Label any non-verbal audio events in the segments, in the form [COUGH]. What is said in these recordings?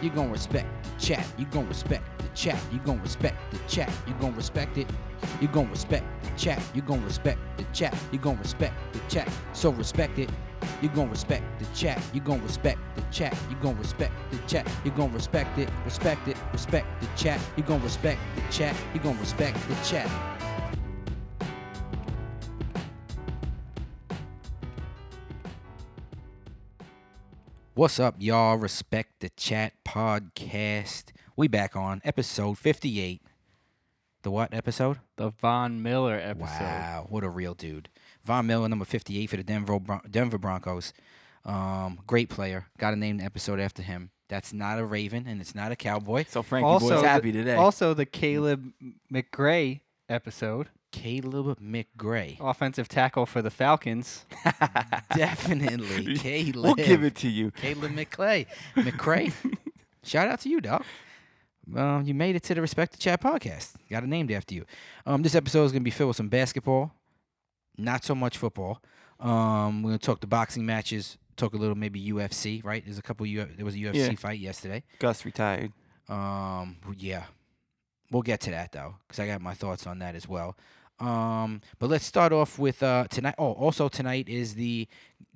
You gon' respect the chat. You gon' respect the chat. You gon' respect the chat. You gon' respect it. You gon' respect the chat. You gon' respect the chat. You gon' respect the chat. So respect it. You gon' respect the chat. You gon' respect the chat. You gon' respect the chat. You gon' respect it. Respect it. Respect the chat. You gon' respect the chat. You gon' respect the chat. What's up, y'all? Respect the Chat podcast. We back on episode 58. The what episode? The Von Miller episode. Wow, what a real dude. Von Miller, number 58 for the Denver, Bron- Denver Broncos. Um, great player. Got to name the episode after him. That's not a Raven and it's not a Cowboy. So Frankie boy's happy the, today. Also, the Caleb McGray episode, Caleb McGray. Oh. offensive tackle for the Falcons. Definitely Caleb. [LAUGHS] [LAUGHS] we'll give it to you. Caleb McClay. McCray. Shout out to you, dog. Um, you made it to the Respect the Chat podcast. Got it named after you. Um, this episode is going to be filled with some basketball, not so much football. Um, we're going to talk the boxing matches, talk a little maybe UFC, right? There's a couple, U- there was a UFC Yeah. fight yesterday. Gus retired. Um, yeah, we'll get to that though, because I got my thoughts on that as well. Um, but let's start off with uh, tonight. Oh, also tonight is the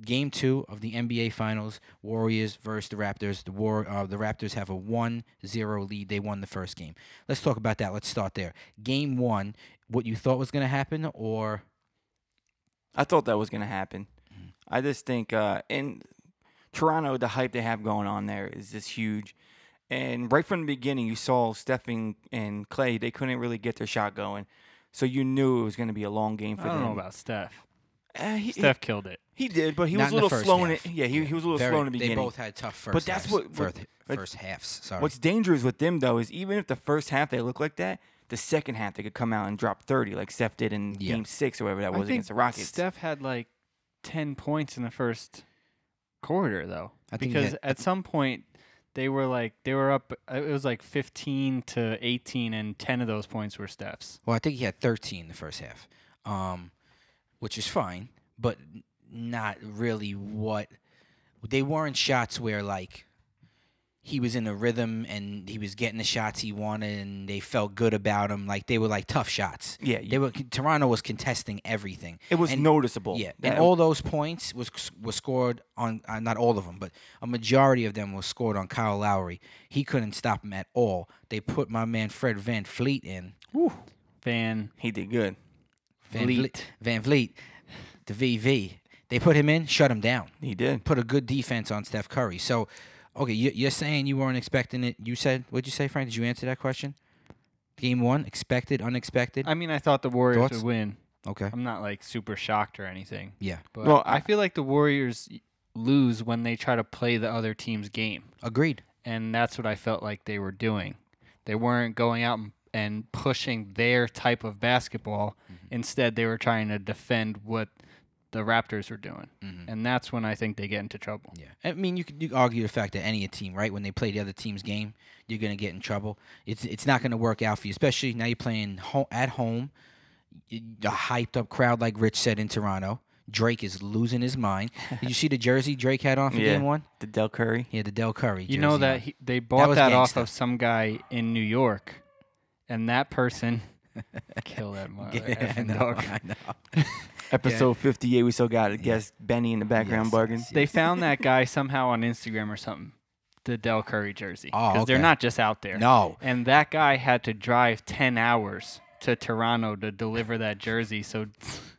game two of the NBA Finals: Warriors versus the Raptors. The war, uh, the Raptors have a 1-0 lead. They won the first game. Let's talk about that. Let's start there. Game one, what you thought was going to happen, or I thought that was going to happen. Mm-hmm. I just think uh, in Toronto, the hype they have going on there is just huge. And right from the beginning, you saw Stephen and Clay, they couldn't really get their shot going. So you knew it was going to be a long game for [LAUGHS] I don't them. know about Steph. Uh, he, Steph killed it. He, he did, but he Not was in a the little first slow in half. it. Yeah, he, he was a little Very- slow in the They beginning. both had tough first. But that's halves, what- first, what- but- first halves. Sorry. What's dangerous with them though is even if the first half they look like that, the second half they could come out and drop thirty like Steph did in Yeah. Game Six or whatever that I was think against the Rockets. Steph had like 10 points in the first quarter, though. I think he because had- at some point, they were like, they were up, uh, it was like 15 to 18, and 10 of those points were Steph's. Well, I think he had 13 the first half, um, which is fine, but n- not really what they weren't shots where like he was in a rhythm and he was getting the shots he wanted and they felt good about him. Like they were like tough shots. yeah, They were Toronto was contesting everything. it was and- noticeable. Yeah, that- and all those points was was scored on uh, not all of them, but a majority of them was scored on Kyle Lowry. He couldn't stop him at all. They put my man Fred Van Fleet in. Van he did good. Van Vliet. Vliet. Van Vliet, the VV. They put him in, shut him down. He did. Put a good defense on Steph Curry. So, okay, you, you're saying you weren't expecting it. You said, what'd you say, Frank? Did you answer that question? Game one, expected, unexpected. I mean, I thought the Warriors Thoughts? would win. Okay. I'm not like super shocked or anything. Yeah. But Well, I, I- feel like the Warriors y- lose when they try to play the other team's game, Agreed. and that's what I felt like they were doing. They weren't going out and- and pushing their type of basketball. Instead, they were trying to defend what the Raptors were doing, and that's when I think they get into trouble. Yeah. I mean, you could you could argue the fact that any team, right, when they play the other team's game, you're going to get in trouble. It's it's not going to work out for you, especially now you're playing ho- at home, y- a hyped up crowd, like Rich said in Toronto. Drake is losing his mind. [LAUGHS] Did you see the jersey Drake had on for Yeah. game one? The Del Curry. Yeah, the Del Curry. You know jersey that on. he, they bought was that, off gangsta. of some guy in New York, and that person kill that [LAUGHS] mother Yeah, I effing know, dog. I know. Episode fifty-eight. We still got a guest Benny in the background Yes, bargain. yes, They [LAUGHS] found that guy somehow on Instagram or something, the Del Curry jersey. Oh, they're okay. not just out there. [LAUGHS] No. And that guy had to drive 10 hours to Toronto to deliver that jersey. So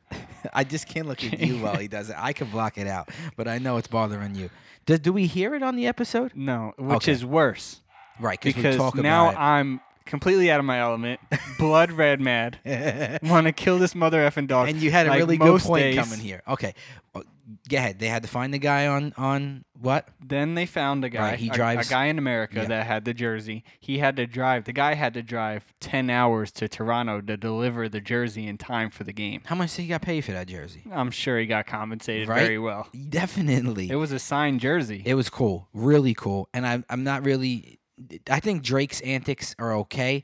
[LAUGHS] I just can't look at you while he does it. I can block it out, but I know it's bothering you. Do, do we hear it on the episode? no, which Okay. is worse Right, because we talk now about I'm completely out of my [LAUGHS] element, blood red mad, it. want to kill this mother effing dog. and you had a like really good most point days. coming here. Okay, well, go ahead. They had to find the guy on on what? Then they found a guy, Right, he a- drives- a, guy in America Yeah. that had the jersey. He had to drive. The guy had to drive 10 hours to Toronto to deliver the jersey in time for the game. How much did he got paid for that jersey? I'm sure he got compensated Right? very well. Definitely. It was a signed jersey. It was cool, really cool, and I'm I'm not really. I think Drake's antics are okay.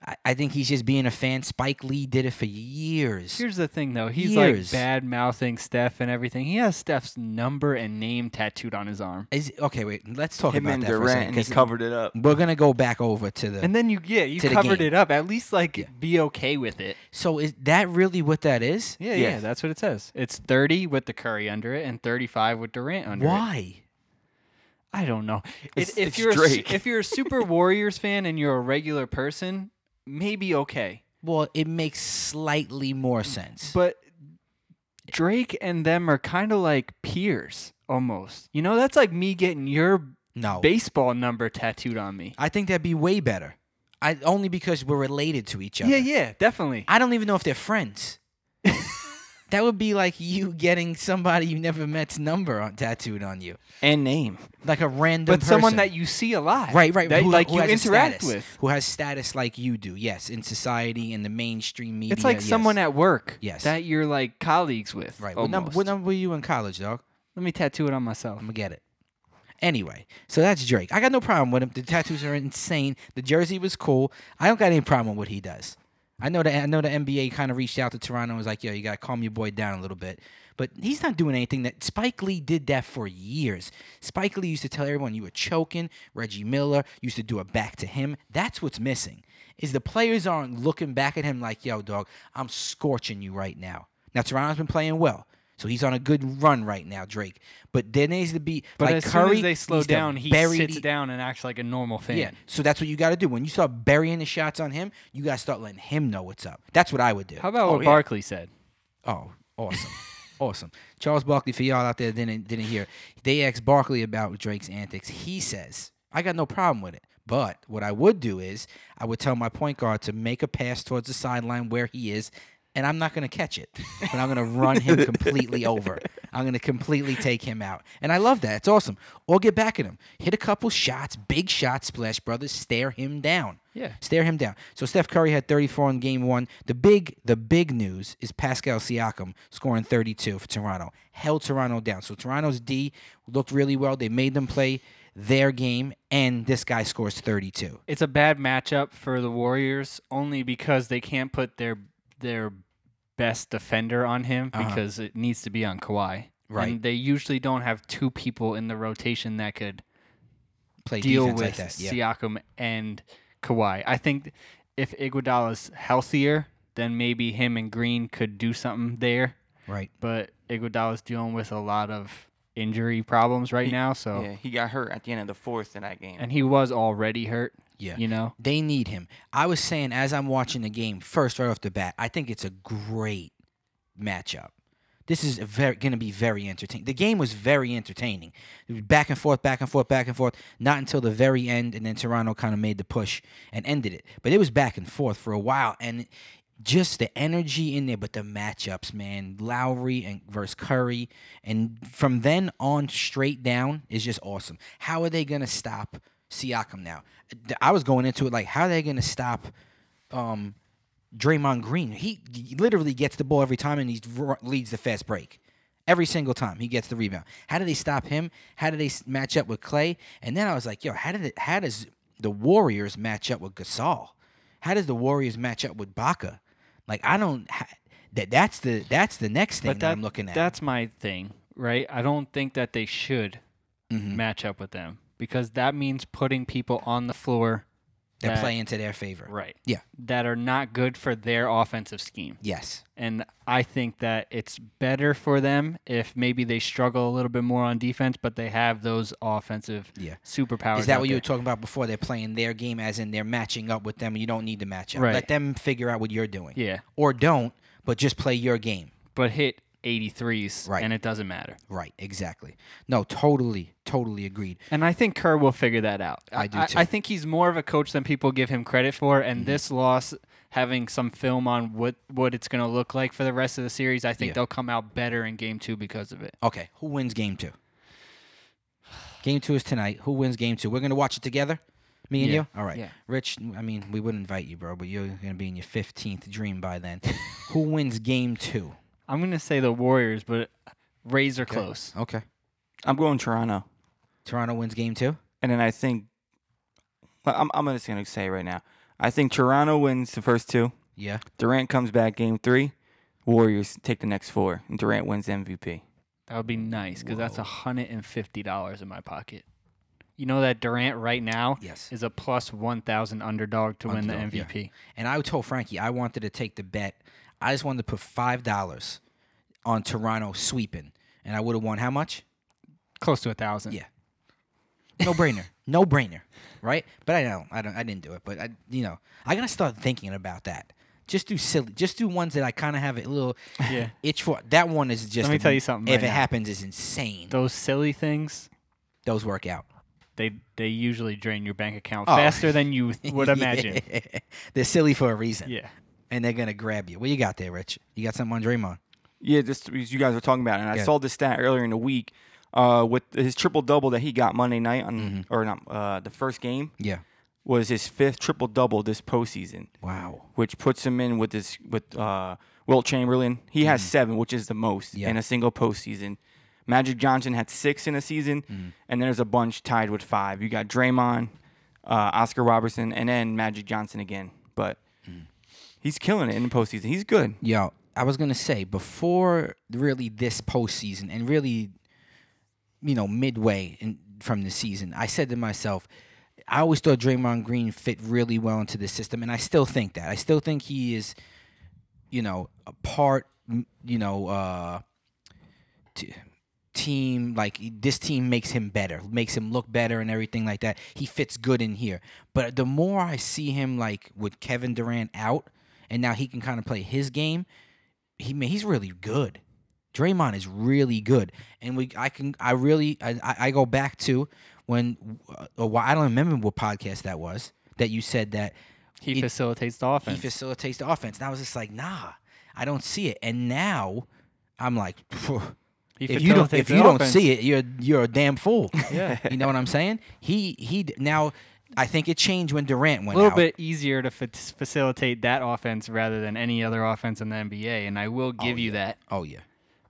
I, I think he's just being a fan. Spike Lee did it for years. Here's the thing, though. He's Years. like bad mouthing Steph and everything. He has Steph's number and name tattooed on his arm. Is okay. Wait, let's talk Him about and that for a Durant, second. and he 'cause covered it up. we're gonna go back over to the. And then you, yeah, you To the covered game. it up. At least like Yeah. be okay with it. so is that really what that is? Yeah, yeah, Yes. that's what it says. It's 30 with the Curry under it and 35 with Durant under it. Why? I don't know. It's- if, if it's you're a, su- Drake. if you're a Super Warriors fan and you're a regular person, maybe okay. Well, it makes slightly more sense. But Drake and them are kind of like peers almost. You know, that's like me getting your no, baseball number tattooed on me. I think that'd be way better. I only because we're related to each other. Yeah, yeah, definitely. I don't even know if they're [LAUGHS] friends. that would be like you getting somebody you never met's number on tattooed on you, And name. like a random. but someone person. that you see a lot. right, right, That who- like who you has a interact status, with. who has status like you do. Yes, in society, in the mainstream media. It's like yes. someone at work Yes. that you're like colleagues with. Right. What number, almost. what number were you in college, dog? Let me tattoo it on myself. I'm gonna get it. Anyway, so that's Drake. I got no problem with him. The tattoos are insane. The jersey was cool. I don't got any problem with what he does. I know that I know the NBA kind of reached out to Toronto and was like, "Yo, you gotta calm your boy down a little bit." But he's not doing anything that Spike Lee did that for years. Spike Lee used to tell everyone you were choking. Reggie Miller used to do it back to him. That's what's missing. Is the players aren't looking back at him like, "Yo, dog, I'm scorching you right now." Now Toronto's been playing well. So he's on a good run right now, Drake. But there needs to be But like as Curry, soon as they slow needs to down, he bury sits the- down and acts like a normal fan. Yeah, so that's what you got to do. When you start burying the shots on him, you got to start letting him know what's up. That's what I would do. How about what yeah. Barkley said? Oh, awesome. [LAUGHS] awesome. Charles Barkley, for y'all out there that didn't didn't hear, they asked Barkley about Drake's antics. He says, I got no problem with it. But what I would do is I would tell my point guard to make a pass towards the sideline where he is, and I'm not gonna catch it. But I'm gonna run him completely over. I'm gonna completely take him out. And I love that. It's awesome. Or get back at him. Hit a couple shots, big shots, splash brothers, stare him down. Yeah. Stare him down. So Steph Curry had 34 in game one. The big the big news is Pascal Siakam scoring 32 for Toronto. Held Toronto down. So Toronto's D looked really well. They made them play their game, and this guy scores 32. It's a bad matchup for the Warriors only because they can't put their their best defender on him Uh-huh. because it needs to be on Kawhi. Right. And they usually don't have two people in the rotation that could Play deal defense with like that. Yeah. Siakam and Kawhi. I think if Iguodala's healthier, then maybe him and Green could do something there. Right. But Iguodala's dealing with a lot of injury problems right now, Oh. so Yeah, he got hurt at the end of the fourth in that game. and he was already hurt. Yeah. You know. They need him. I was saying as I'm watching the game, first right off the bat, I think it's a great matchup. This is a very going to be very entertaining. The game was very entertaining. It was back and forth, back and forth, back and forth. Not until the very end, and then Toronto kind of made the push and ended it. But it was back and forth for a while, and just the energy in there. But the matchups, man, Lowry and versus Curry, and from then on straight down is just awesome. How are they going to stop Siakam now? I was going into it like, how are they going to stop? Um, Draymond Green. He literally gets the ball every time and he leads the fast break. Every single time he gets the rebound. How do they stop him? How do they s- match up with Clay? And then I was like, yo, how did it, how does the Warriors match up with Gasol? How does the Warriors match up with Baca? Like I don't ha- that that's the that's the next thing that, I'm looking at. That's my thing, right? I don't think that they should Mm-hmm. match up with them because that means putting people on the floor They're that- playing to their favor. right Yeah. that are not good for their offensive scheme. Yes. And I think that it's better for them if maybe they struggle a little bit more on defense, but they have those offensive Yeah. superpowers. Is that out what you there. were talking about before? They're playing their game as in they're matching up with them. You don't need to match up. Right. Let them figure out what you're doing. Yeah, or don't, but just play your game. but hit 83s Right. and it doesn't matter. Right, exactly. No, totally, totally agreed. And I think Kerr will figure that out. I do too. Mm-hmm. I, think he's more of a coach than people give him credit for. And this loss, having some film on what what it's going to look like for the rest of the series, I think Yeah. they'll come out better in Game Two because of it. Okay, who wins game two? Game two is tonight. Who wins game two? We're gonna watch it together. Me and Yeah, you? All right. yeah. Rich, I mean, we would invite you, bro, but you're gonna be in your fifteenth dream by then. [LAUGHS] who wins game two? I'm going to say the Warriors, but razor close. Okay. I'm going Toronto. Toronto wins game two? And then I think, well, I'm, I'm just going to say right now, I think Toronto wins the first two. Yeah. Durant comes back game three. Warriors take the next four. And Durant wins MVP. That would be nice because that's Whoa. hundred and fifty dollars in my pocket. You know that Durant right now Yes. is a plus one thousand underdog to win Underdog, the yeah. MVP. And I told Frankie I wanted to take the bet. I just wanted to put five dollars on Toronto sweeping, and I would have won how much? Close to a thousand. Yeah. No brainer. no brainer. Right? But I don't. I don't. I didn't do it. But I, you know, I gotta start thinking about that. Just do silly. Just do ones that I kind of have a little Yeah. itch for. That one is just. Let me tell you something If right it now. happens, is insane. Those silly things, Those work out. they they usually drain your bank account Oh. faster [LAUGHS] than you would imagine. they're silly for a reason. yeah. And they're gonna grab you. What you got there, Rich? You got something on Draymond? Yeah, just as you guys were talking about, it, and I Yeah. saw this stat earlier in the week uh, with his triple double that he got Monday night on Mm-hmm. or not uh, the first game Yeah. was his fifth triple double this postseason, Wow. which puts him in with this with uh, Wilt Chamberlain. He has seven, which is the most Mm-hmm. Yeah. in a single postseason. Magic Johnson had six in a season, Mm-hmm. and there's a bunch tied with five. You got Draymond, uh, Oscar Robertson, and then Magic Johnson again. But Mm-hmm. he's killing it in the postseason. He's good. Yo, I was gonna say before really this postseason and really, you know, midway in, from the season, I said to myself, I always thought Draymond Green fit really well into the system, and I still think that. I still think he is, you know, a part, m- you know, uh, t- team like this team makes him better, makes him look better, and everything like that. He fits good in here. But the more I see him like with Kevin Durant out, and now he can kind of play his game. He man, he's really good. Draymond is really good, and we I can I really I, I- I go back to when uh, a while- I don't remember what podcast that was that you said that He It- facilitates the offense. he facilitates the offense, and I was just like, nah, I don't see it, and now I'm like. phew, He if you don't facilitates if the you don't offense. see it, you're you're a damn fool. [LAUGHS] yeah. you know what I'm saying? He he d- now I think it changed when Durant A went little out. bit easier to fa- facilitate that offense rather than any other offense in the NBA, and I will give you that. Oh yeah.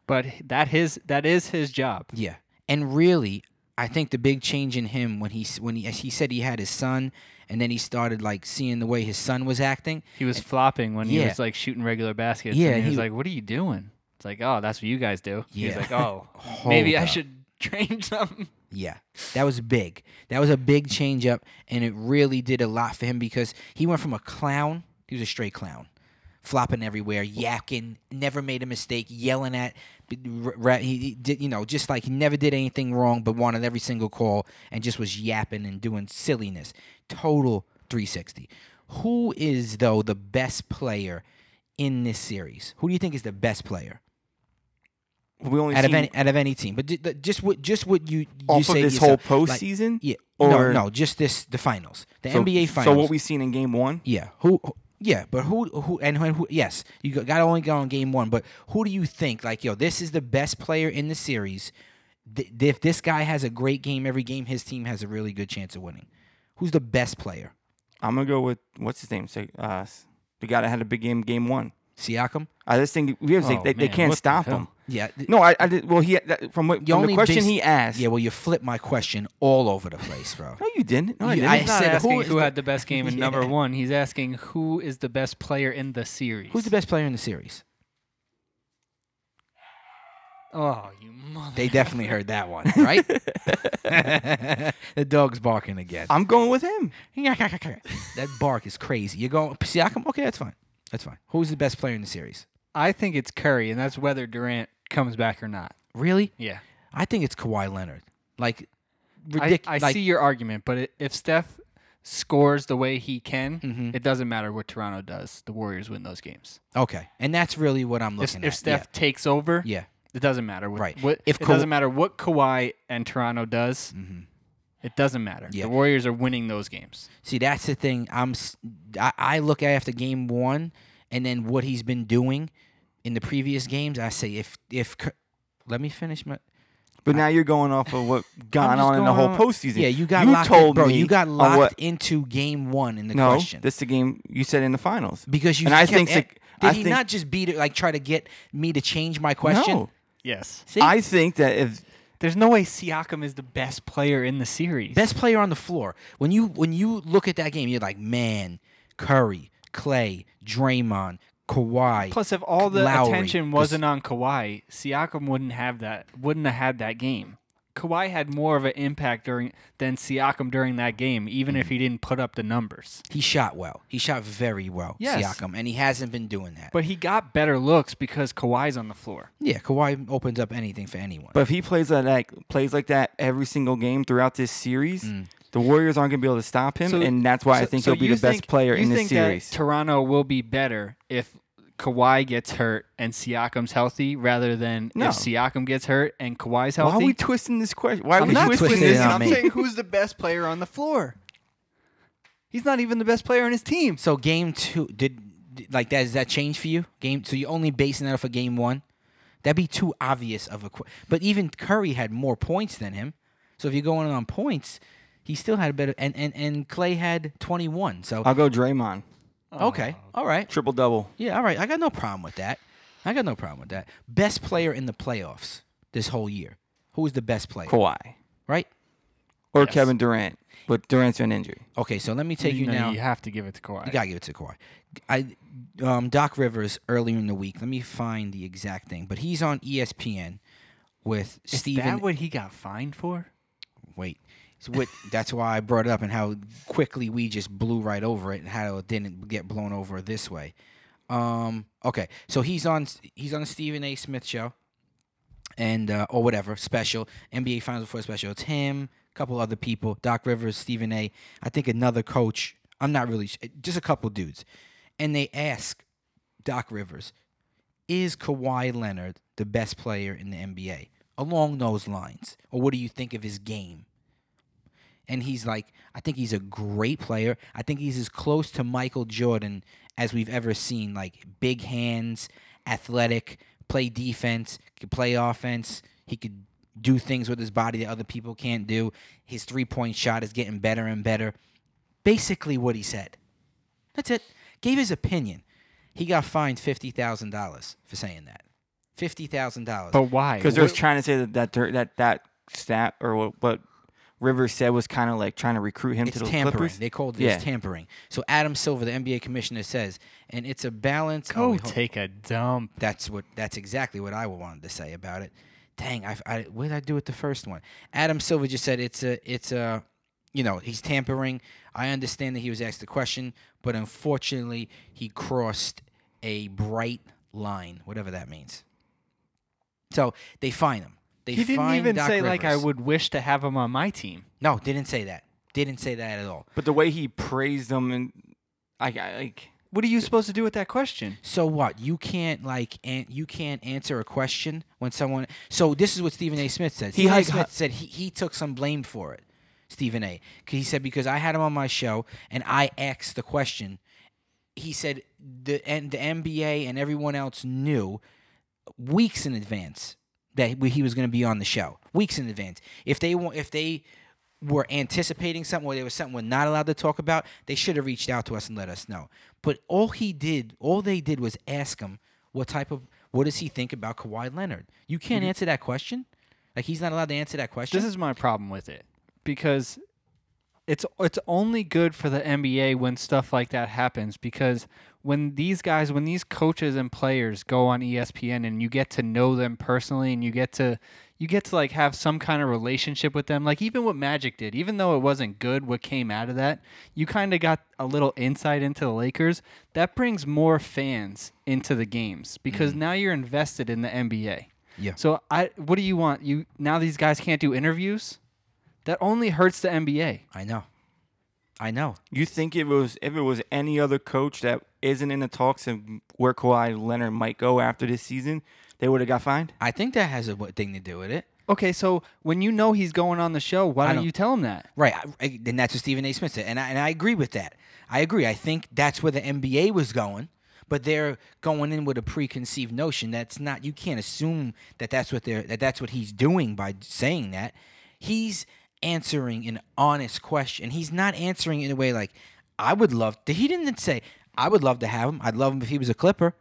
But that his that is his job. Yeah, and really, I think the big change in him when he s- when he as he said he had his son, and then he started like seeing the way his son was acting. He was flopping when eh, Yeah. he was like shooting regular baskets. Yeah, and he, he- was like, "What are you doing?" It's like, "Oh, that's what you guys do." He's Yeah. [LAUGHS] like, "Oh, Hold maybe I up. should [LAUGHS] train something." Yeah, that was big. That was a big change up, and it really did a lot for him because he went from a clown. He was a straight clown, flopping everywhere, yakking, never made a mistake, yelling at. r- r- He he did, you know, just like he never did anything wrong, but wanted every single call and just was yapping and doing silliness. Total 360. Who is though the best player in this series? Who do you think is the best player We only out of seen- any out of any team? But ju- the- just what just what you you off of say to this whole yourself, like, postseason? yeah. Or- no, no, just this the finals, the So- NBA So finals. what we seen in game one? yeah, who, who- yeah, but who who and who, and who yes, you got to only go on game 1, but who do you think like yo, this is the best player in the series. Th- if this guy has a great game every game, his team has a really good chance of winning. Who's the best player? I'm gonna go with what's his name? Say, uh, s- the guy that had a big game, game one. Siakam? I just think we have to say Oh, they, they man, can't what the stop hell? him. Yeah. th- No, I, I did. Well, he that, from, what, you from the only question based- he asked. Yeah, well, you flipped my question all over the place, bro. no, you didn't. No, I You- didn't. I He's not said, asking "Who who, is the-" had [LAUGHS] the best game in number Yeah. one. He's asking who is the best player in the series. Who's the best player in the series? Oh, you mother! They definitely heard that one, right? [LAUGHS] the dog's barking again. I'm going with him. that bark is crazy. You're going Siakam. Okay, that's fine. That's fine. Who's the best player in the series? I think it's Curry, and that's whether Durant comes back or not. Really? Yeah, I think it's Kawhi Leonard. Like I, ridiculous. I see your argument, but i if Steph scores the way he can, Mhm. it doesn't matter what Toronto does. The Warriors win those games. Okay, and that's really what I'm If, looking if at. Steph takes over, yeah. it doesn't matter. What, Right. What, If it Ka- doesn't matter what Kawhi and Toronto does. yeah. hmm It doesn't matter. Yeah. The Warriors are winning those games. See, that's the thing. I'm s- I, I look at after game one, and then what he's been doing in the previous games. I say if if Cur- let me finish my But now you're going off of what [LAUGHS] I'm gone just on in the whole going on- postseason. Yeah, you got you locked. told bro, me you got on locked what- into game one in the no, question that's the game you said in the finals. because you. and I kept think a- Siak- did I he think- not just beat it like try to get me to change my question? No, Yes. See, I think that if There's no way Siakam is the best player in the series. best player on the floor. When you when you look at that game, you're like, man, Curry, Clay, Draymond, Kawhi. Plus, if all the Lowry, attention 'cause- wasn't on Kawhi, Siakam wouldn't have that. Wouldn't have had that game. Kawhi had more of an impact during than Siakam during that game, even Mm-hmm. if he didn't put up the numbers. He shot well. He shot very well, Yes. Siakam, and he hasn't been doing that. But he got better looks because Kawhi's on the floor. yeah, Kawhi opens up anything for anyone. But if he plays like that, plays like that every single game throughout this series, the Warriors aren't going to be able to stop him, Mm. So- and that's why I So- think so he'll be you the best think- player you in this think series. That Toronto will be better if Kawhi gets hurt and Siakam's healthy, rather than No. if Siakam gets hurt and Kawhi's why are healthy. we twisting this question? Why are I'm we not You twisting twisted this. it on I'm me. saying who's the best player on the floor. He's not even the best player on his team. so game two did did- like that? Does that change for you? Game so you're only basing that off of game one. That'd be too obvious of a. qu- But even Curry had more points than him. So if you're going on points, he still had a better. And and and Clay had 21. So I'll go Draymond, okay, all right, triple double. yeah, all right. I got no problem with that. I got no problem with that. Best player in the playoffs this whole year. Who was the best player? Kawhi Right. or Kevin Durant, but Durant's an injury. Okay, so let me take you, you, know, now. you have to give it to Kawhi. You gotta give it to Kawhi. I um, Doc Rivers earlier in the week. Let me find the exact thing, but he's on E ESPN with Is Steven. that what he got fined for? wait, it's what, that's why I brought it up and how quickly we just blew right over it and how it didn't get blown over this way. Um, okay, so he's on he's on the Stephen A. Smith show, and uh, or whatever special NBA Finals before special. It's him, a couple other people, Doc Rivers, Stephen A. I think another coach. I'm not really sh- just a couple dudes, and they ask Doc Rivers, "Is Kawhi Leonard the best player in the NBA?" Along those lines, or what do you think of his game? And he's like, I think he's a great player. I think he's as close to Michael Jordan as we've ever seen. Like big hands, athletic, play defense, could play offense. He could do things with his body that other people can't do. His three point shot is getting better and better. Basically, what he said. That's it. Gave his opinion. He got fined fifty thousand dollars for saying that. Fifty thousand dollars. But why? Because they're trying to say that that Dur- that that stat or what, what Rivers said was kind of like trying to recruit him it's to the tampering. Clippers. They called it Yeah. tampering. So Adam Silver, the NBA commissioner, says, and it's a balance. oh, go wait, hold- take a dump. that's what. That's exactly what I wanted to say about it. Dang, I, I what did I do with the first one? Adam Silver just said it's a it's a, you know, he's tampering. I understand that he was asked the question, but unfortunately, he crossed a bright line, whatever that means. So they fine him. They He didn't fine even Doc say like I Rivers. would wish to have him on my team. No, didn't say that. Didn't say that at all. But the way he praised them and I, I like What are you supposed to do with that question? So what? You can't like an- you can't answer a question when someone. So this is what Stephen A. Smith said. He Stephen A. like- Smith said he, he took some blame for it. Stephen A. 'Cause He said because I had him on my show and I asked the question. He said the and the NBA and everyone else knew weeks in advance that he- he was going to be on the show. Weeks in advance. If they want, if they were anticipating something or there was something we're not allowed to talk about, they should have reached out to us and let us know. But all he did, all they did was ask him what type of, what does he think about Kawhi Leonard? You can't answer that question. Like he's not allowed to answer that question. Mm-hmm. This is my problem with it because it's it's only good for the NBA when stuff like that happens because when these guys when these coaches and players go on E ESPN and you get to know them personally and you get to you get to like have some kind of relationship with them like even what Magic did even though it wasn't good what came out of that you kind of got a little insight into the Lakers that brings more fans into the games because now you're invested in the NBA Yeah. so I what do you want you now these guys can't do interviews that only hurts the NBA I know. I know. you think if it was if it was any other coach that isn't in the talks of where Kawhi Leonard might go after this season, they would have got fined. I think that has a w- thing to do with it. Okay, so when you know he's going on the show, why don't don't- you tell him that? Right, I- I- and that's what Stephen A. Smith said, and I, and I agree with that. I agree. I think that's where the NBA was going, but they're going in with a preconceived notion that's not. You can't assume that that's what they're that that's what he's doing by saying that. He's answering an honest question. He's not answering in a way like I would love. To, he didn't say I would love to have him. I'd love him if he was a Clipper.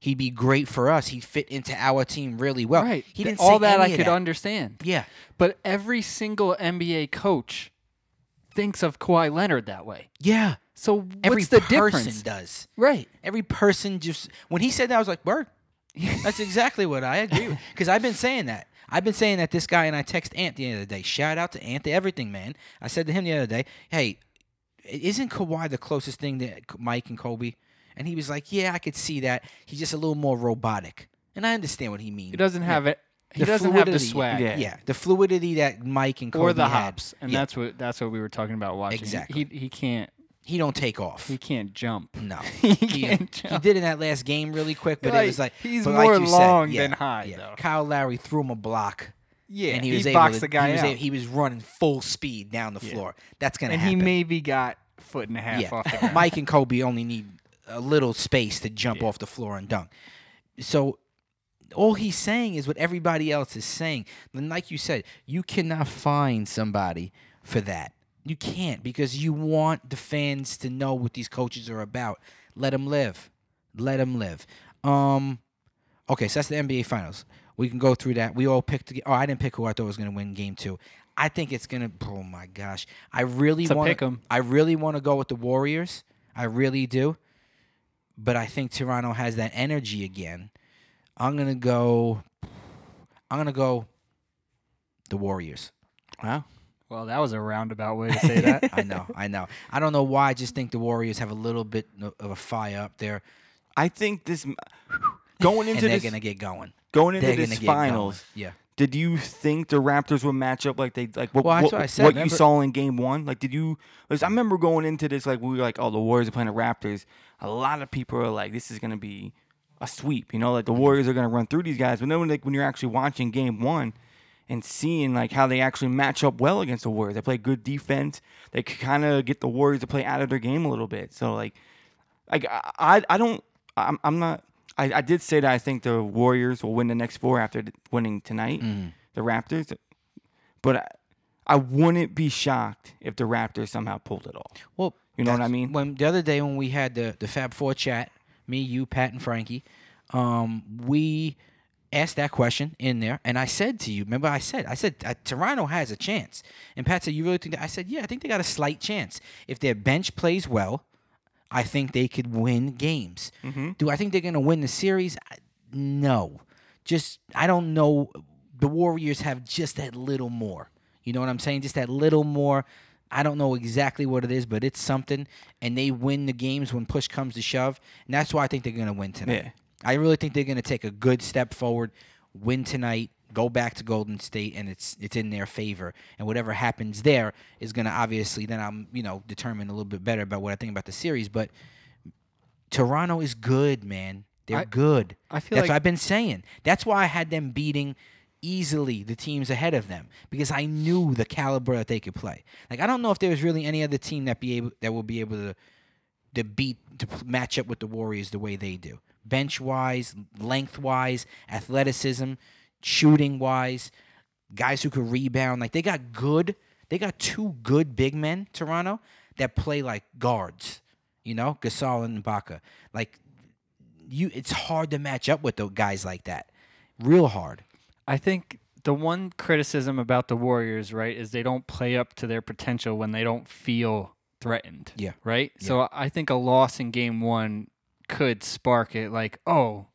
He'd be great for us. He'd fit into our team really well. right. He Th- didn't say all that any I of could that. understand. yeah. But every single NBA coach thinks of Kawhi Leonard that way. Yeah. So what's Every the person difference? does. Right. Every person just when he said that, I was like, "Bird." That's exactly what I agree with because I've been saying that. I've been saying that this guy and I text Ant the other day. Shout out to Ant the everything man. I said to him the other day, "Hey, isn't Kawhi the closest thing to Mike and Kobe?" And he was like, "Yeah, I could see that. He's just a little more robotic." And I understand what he means. He doesn't have it. He The doesn't have the fluidity. swag Yeah. the fluidity that Mike and Kobe or the had. hops, and Yeah, that's what that's what we were talking about watching. He- Exactly. He he can't he don't take off. he can't jump. [LAUGHS] no, he can't he jump. did in that last game really quick, but it Like, was like he's but more like you long said, yeah, than high yeah. though. Kyle Lowry threw him a block, Yeah, and he, was he able boxed to, the guy he was, out, able- he was running full speed down the Yeah. floor. That's gonna and he happen. maybe got foot and a half off [LAUGHS] the yeah. ground. Mike and Kobe only need a little space to jump Yeah. off the floor and dunk. So all he's saying is what everybody else is saying. And like you said, you cannot find somebody for that. You can't because you want the fans to know what these coaches are about. Let them live. Let them live. Um, okay, so that's the NBA Finals. We can go through that. We all picked. The, oh, I didn't pick who I thought was going to win Game Two. I think it's going to. Oh my gosh, I really It's a want. pick 'em. I really want to go with the Warriors. I really do. But I think Toronto has that energy again. I'm gonna go. I'm gonna go. The Warriors. Wow. Well, that was a roundabout way to [LAUGHS] say that. I [LAUGHS] know. I know. I don't know why. I just think the Warriors have a little bit no- of a fire up there, I think [SIGHS] this m- going and into they're this gonna get going. going into They're gonna this get going. finals. Yeah. Did you think the Raptors would match up like they like what Well, that's what, what I said, what you remember- saw in game one? Like, did you? 'cause I remember going into this like we were like, oh, the Warriors are playing the Raptors. A lot of people are like, this is gonna be a sweep. You know, like the Warriors are gonna run through these guys. But then when, like when you're actually watching game one and seeing like how they actually match up well against the Warriors, they play good defense. They kind of get the Warriors to play out of their game a little bit. So like like I, I, I don't, I'm, I'm not. I, I did say that I think the Warriors will win the next four after th- winning tonight, Mm-hmm. the Raptors. But I, I wouldn't be shocked if the Raptors somehow pulled it off. Well, You know what I that's- mean? When the other day when we had the the Fab Four chat, me, you, Pat, and Frankie, um, we asked that question in there, and I said to you, remember I said, I said uh, Toronto has a chance, and Pat said, you really think that? I said, yeah, I think they got a slight chance if their bench plays well. I think they could win games. Do I think they're going to win the series? I- No. Just I don't know. The Warriors have just that little more. You know what I'm saying? Just that little more. I don't know exactly what it is, but it's something. And they win the games when push comes to shove, and that's why I think they're going to win tonight. Yeah. I really think they're going to take a good step forward, win tonight, go back to Golden State, and it's it's in their favor. And whatever happens there is going to obviously then I'm you know determine a little bit better about what I think about the series. But Toronto is good, man. They're I- good. I feel That's like- what I've been saying. That's why I had them beating easily the teams ahead of them because I knew the caliber that they could play. Like I don't know if there was really any other team that be able that will be able to to beat to p- match up with the Warriors the way they do. Bench wise, length wise, athleticism, shooting wise, guys who could rebound. Like they got good. They got two good big men, Toronto, that play like guards. You know, Gasol and Ibaka. Like you, it's hard to match up with those guys like that. Real hard. I think the one criticism about the Warriors, right, is they don't play up to their potential when they don't feel threatened. Yeah. Right? So I think a loss in game one could spark it like, oh,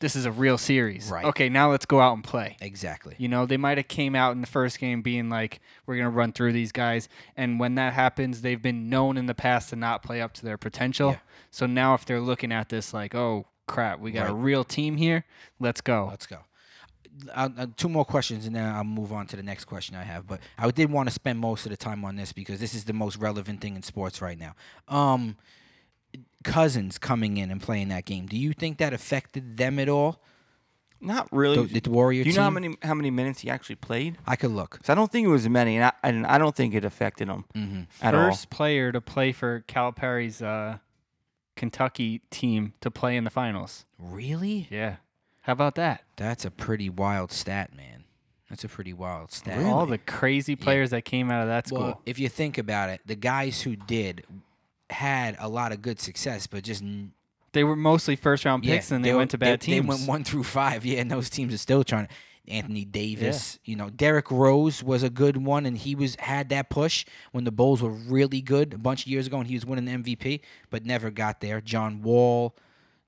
this is a real series. Right. Okay, now let's go out and play. Exactly. You know, they might have came out in the first game being like, we're going to run through these guys. And when that happens, they've been known in the past to not play up to their potential. Yeah. So now if they're looking at this like, oh, crap, we got a Right. real team here, let's go. Let's go. Uh, uh, two more questions, and then I'll move on to the next question I have. But I did want to spend most of the time on this because this is the most relevant thing in sports right now. Um, Cousins coming in and playing that game. Do you think that affected them at all? Not really. The, the Warrior Do you team. know how many how many minutes he actually played? I could look. Because I don't think it was many, and I, and I don't think it affected him Mm-hmm. at first player to play for Calipari's uh, Kentucky team to play in the finals. Really? Yeah. How about that? That's a pretty wild stat, man. That's a pretty wild stat. All the crazy players that came out of that school. Well, if you think about it, the guys who did had a lot of good success, but just n- they were mostly first round picks and they, were- went to bad they- teams. They went one through five, yeah, and those teams are still trying to. Anthony Davis. You know, Derrick Rose was a good one, and he was had that push when the Bulls were really good a bunch of years ago, and he was winning the MVP, but never got there. John Wall,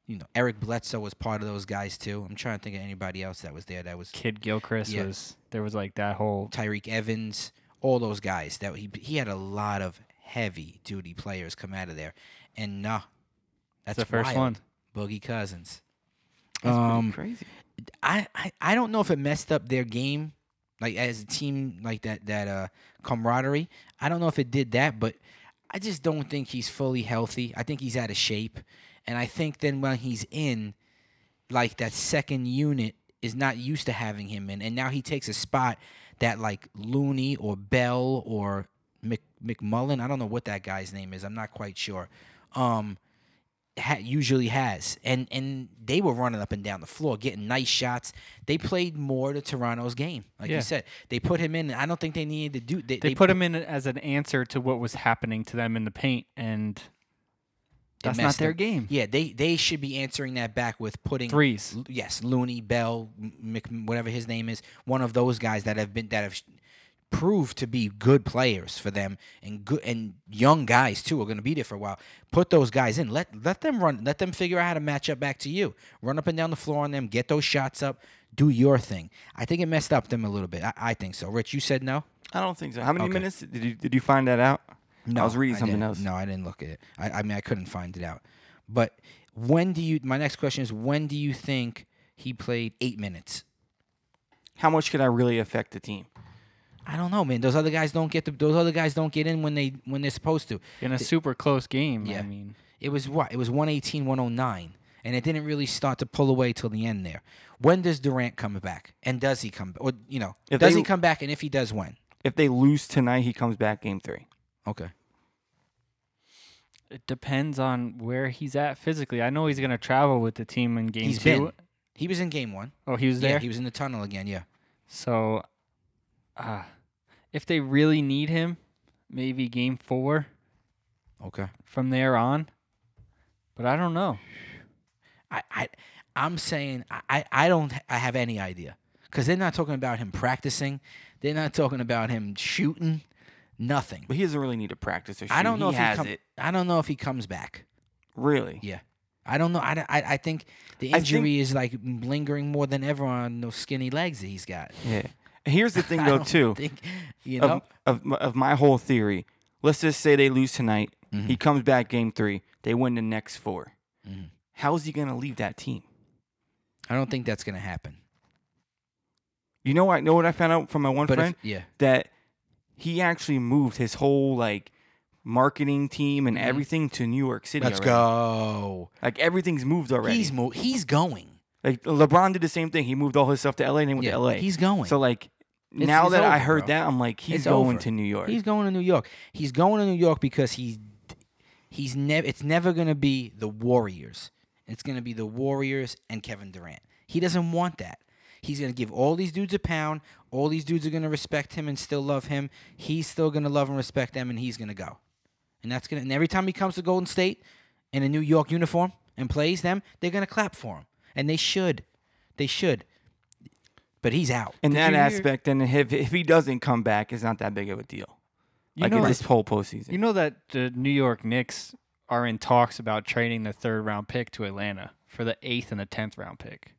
you know, Eric Bledsoe was part of those guys too. I'm trying to think of anybody else that was there. That was Kid Gilchrist Yeah. was there was like that whole Tyreek Evans, all those guys. That he he had a lot of heavy duty players come out of there, and nah, that's that's the first wild. one. Boogie Cousins. That's pretty um, crazy. I, I I don't know if it messed up their game, like as a team, like that that uh camaraderie. I don't know if it did that, but I just don't think he's fully healthy. I think he's out of shape, and I think then when he's in, like that second unit is not used to having him in, and now he takes a spot that like Looney or Bell or Mc, McMullen. I don't know what that guy's name is. I'm not quite sure. Um, ha- usually has, and and they were running up and down the floor, getting nice shots. They played more to Toronto's game, like Yeah. you said. They put him in. and I don't think they needed to do. They, They, put him in as an answer to what was happening to them in the paint, and that's not messed their up. game. Yeah, they they should be answering that back with putting Threes. L- yes, Looney Bell, M- Mc, whatever his name is, one of those guys that have been that have sh- proved to be good players for them, and good and young guys too are going to be there for a while. Put those guys in. Let let them run. Let them figure out how to match up back to you. Run up and down the floor on them. Get those shots up. Do your thing. I think it messed up them a little bit. I, I think so. Rich, you said no. I don't think so. How many Okay. minutes did you did you find that out? No, I was reading something didn't. else. No, I didn't look at it. I, I mean, I couldn't find it out. But when do you? My next question is: When do you think he played eight minutes? How much could I really affect the team? I don't know, man. Those other guys don't get the. Those other guys don't get in when they when they're supposed to. in a super close game. Yeah. I mean, It was what? It was 118, 109. And it didn't really start to pull away till the end there. When does Durant come back? And does he come back? Or, you know, If does they- he come back? And if he does, when? If they lose tonight, he comes back game three. Okay. it depends on where he's at physically. I know he's going to travel with the team in game He's two. been. He was in game one. Oh, he was yeah, there. he was in the tunnel again. Yeah. so, uh, if they really need him, maybe game four Okay. from there on. But I don't know. I, I I'm saying I- I, I don't I have any idea because they're not talking about him practicing. They're not talking about him shooting. Nothing. But he doesn't really need to practice or shoot. I don't know he if has he come, it. I don't know if he comes back. Really? Yeah. I don't know. I, I, I think the I think- injury is like lingering more than ever on those skinny legs that he's got. Yeah. Here's the [LAUGHS] thing I though don't too. think- you know, Of, of m- of my whole theory. Let's just say they lose tonight. Mm-hmm. He comes back game three. They win the next 4 Mhm. How is he gonna leave that team? I don't think that's gonna happen. You know what? Know what I found out from my one But friend if, yeah, that he actually moved his whole like marketing team and Mhm. everything to New York City. let's already. go. Like everything's moved already. He's mo- he's going. like LeBron did the same thing. He moved all his stuff to LA and then went Yeah, to LA. he's going. So like It's- now it's that I over, heard bro. that, I'm like he's It's going over. to New York. He's going to New York. He's going to New York because he's he's never. It's never gonna be the Warriors. It's gonna be the Warriors and Kevin Durant. He doesn't want that. He's gonna give all these dudes a pound. All these dudes are gonna respect him and still love him. He's still gonna love and respect them, and he's gonna go. And that's gonna. And every time he comes to Golden State in a New York uniform and plays them, they're gonna clap for him, and they should. They should. But he's out. in Did that you hear- aspect, and if if he doesn't come back, it's not that big of a deal. You like know, in this whole postseason. you know that the New York Knicks are in talks about trading the third round pick to Atlanta for the eighth and the tenth round pick.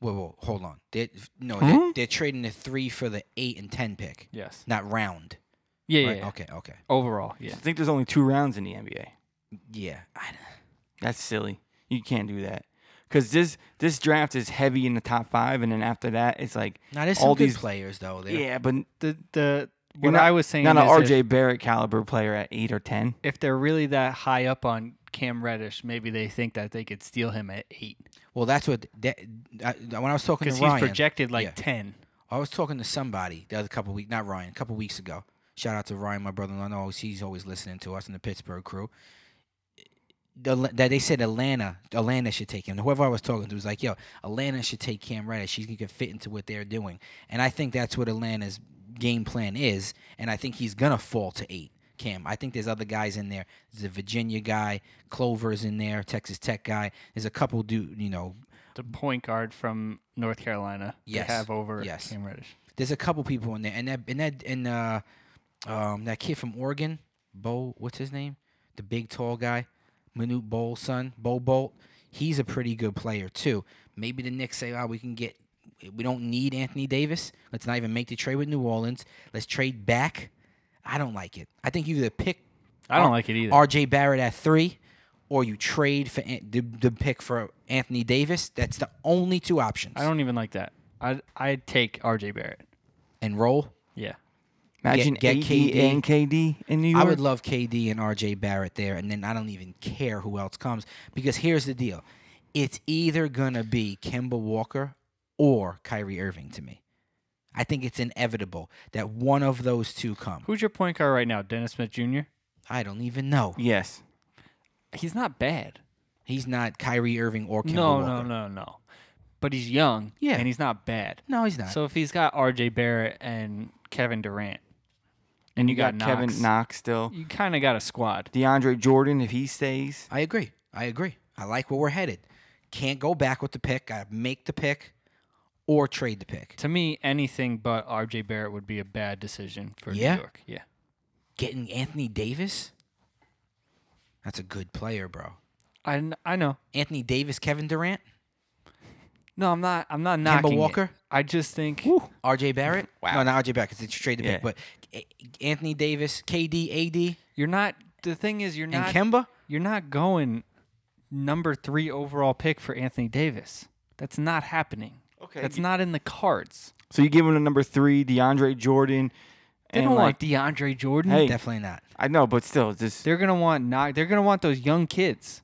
Whoa, whoa, hold on. They're, no, Hmm? they're, they're trading the three for the eight and ten pick, Yes. not round. Yeah. right? yeah, yeah. Okay. Okay. Overall, yeah. I think there's only two rounds in the NBA. Yeah. I, That's silly. You can't do that. Because this this draft is heavy in the top five, and then after that, it's like now there's some all good these. players though. There. yeah, but The the you're what not, I was saying not is an if- RJ Barrett caliber player at eight or ten. if they're really that high up on Cam Reddish, maybe they think that they could steal him at eight Well, that's what that, I, when I was talking to because Ryan. he's projected like yeah. ten. I was talking to somebody the other couple weeks, not Ryan, a couple weeks ago. Shout out to Ryan, my brother-in-law. I know he's always listening to us in the Pittsburgh crew. The, that they said Atlanta, Atlanta should take him. Whoever I was talking to was like, "Yo, Atlanta should take Cam Reddish. He can fit into what they're doing." And I think that's what Atlanta's game plan is. And I think he's gonna fall to eight. Cam. I think there's other guys in there. There's a Virginia guy, Clover's in there, Texas Tech guy. There's a couple, do you know, the point guard from North Carolina. Yes. They have over Yes. Cam Reddish. There's a couple people in there, and that and that and uh, um, that kid from Oregon, Bo, what's his name? The big tall guy, Manute Bol's son, Bo Bolt. He's a pretty good player too. Maybe the Knicks say, "Oh, we can get, we don't need Anthony Davis. Let's not even make the trade with New Orleans. Let's trade back." I don't like it. I think you either pick I don't R- like it either. RJ Barrett at three, or you trade for An- the, the pick for Anthony Davis. That's the only two options. I don't even like that. I I'd take RJ Barrett. and roll. Yeah. Imagine get AD KD. and KD in New York. I would love KD and RJ Barrett there, and then I don't even care who else comes because here's the deal: it's either gonna be Kemba Walker or Kyrie Irving to me. I think it's inevitable that one of those two come. Who's your point guard right now? Dennis Smith Jr. I don't even know. yes. He's not bad. He's not Kyrie Irving or Kemba no, Walker. no, no, no. But he's young. Yeah. And he's not bad. No, he's not. So if he's got RJ Barrett and Kevin Durant, and you, got, Kevin Knox, Knox still. you kind of got a squad. DeAndre Jordan, if he stays. I agree. I agree. I like where we're headed. Can't go back with the pick. Gotta make the pick or trade the pick. To me, anything but RJ Barrett would be a bad decision for Yeah? New York. Yeah. Getting Anthony Davis? That's a good player, bro. I, kn- I know. Anthony Davis, Kevin Durant, No, I'm not. I'm not knocking. it. Walker? I just think R.J. Barrett. Wow. No, not R.J. Barrett because it's trade the Yeah. pick. But A- Anthony Davis, K.D., A.D., you're not. The thing is, you're and not. Kemba. you're not going number three overall pick for Anthony Davis. That's not happening. Okay. That's not in the cards. So you give him the number three, DeAndre Jordan. They and don't like, want DeAndre Jordan. Hey. Definitely not. I know, but still, just They're gonna want not. They're gonna want those young kids.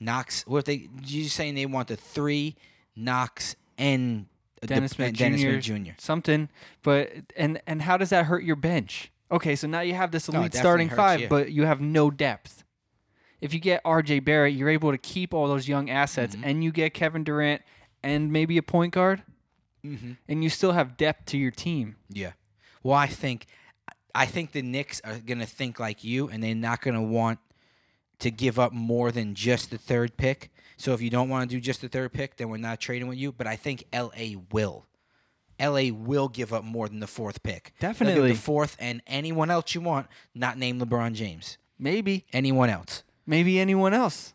Knox. What if they? You saying they want the three Knox and uh, the- Dennis Smith and Dennis Smith Jr. Jr. Something, but and and how does that hurt your bench? Okay, so now you have this No, it elite definitely starting hurts five, you. but you have no depth. If you get R.J. Barrett, you're able to keep all those young assets, and you get Kevin Durant and maybe a point guard, Mm-hmm. and you still have depth to your team. Yeah. Well, I think I think the Knicks are gonna think like you, and they're not gonna want to give up more than just the third pick. So if you don't want to do just the third pick, then we're not trading with you. But I think LA will. LA will give up more than the fourth pick. They'll give Definitely. the fourth and anyone else you want, not named LeBron James. Maybe, Anyone else. maybe anyone else.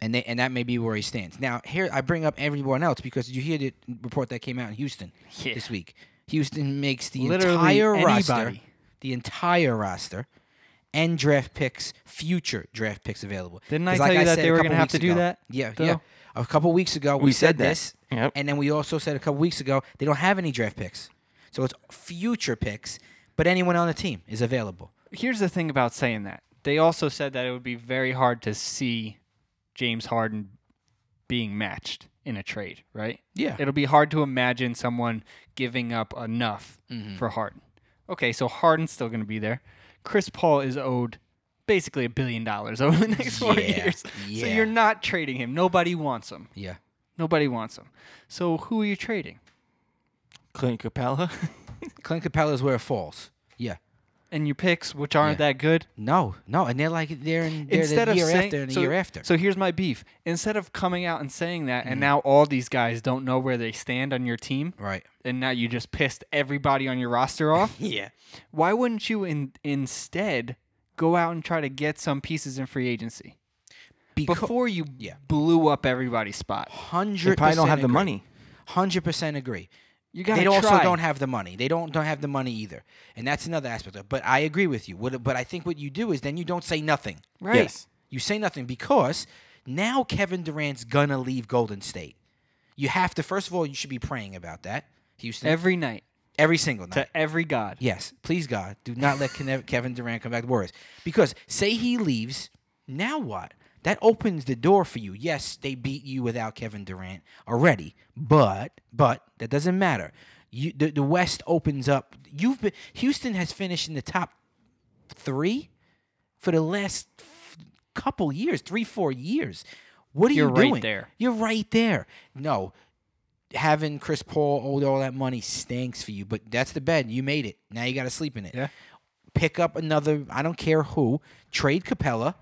And they, and that may be where he stands. Now here I bring up everyone else because you hear the report that came out in Houston Yeah. this week. Houston makes the Literally entire roster anybody. the entire roster and draft picks, future draft picks available. Didn't I 'Cause tell you that said they a were couple gonna have weeks to do ago- that, Yeah, yeah. though? A couple weeks ago, we, We said, said that. this, Yep. and then we also said a couple weeks ago they don't have any draft picks, so it's future picks. But anyone on the team is available. here's the thing about saying that. They also said that it would be very hard to see James Harden being matched in a trade, right? Yeah. It'll be hard to imagine someone giving up enough Mm-hmm. for Harden. Okay, so Harden's still going to be there. Chris Paul is owed basically a billion dollars over the next four Yeah, years. So yeah. you're not trading him. Nobody wants him. Yeah. Nobody wants him. So who are you trading? Clint Capella. [LAUGHS] Clint Capella is where it falls. Yeah. And your picks, which aren't that good, No, no, and they're like they're in they're instead the of year saying, after and the so, year after. Mm. So here's my beef. Instead of coming out and saying that, and now all these guys don't know where they stand on your team, right. and now you just pissed everybody on your roster off. [LAUGHS] Yeah. why wouldn't you in, instead go out and try to get some pieces in free agency Because before you yeah. blew up everybody's spot? hundred They probably don't have the money. Hundred percent agree. You got They to also don't have the money. They don't don't have the money either, and that's another aspect. of it. But I agree with you. What, but I think what you do is then you don't say nothing. right. Yes. You say nothing because now Kevin Durant's gonna leave Golden State. You have to first of all you should be praying about that, Houston, every, every night single night. to every god. Yes, please God, do not let Kene- [LAUGHS] Kevin Durant come back to Warriors. Because say he leaves, now what? That opens the door for you. Yes, they beat you without Kevin Durant already, but but that doesn't matter. You the, the West opens up. You've been Houston has finished in the top three for the last f- couple years, three four years. What are You're you right doing? there. You're right there. No, having Chris Paul owed all that money stinks for you, but that's the bed. You made it. Now you got to sleep in it. Yeah. Pick up another, I don't care who, trade Capella,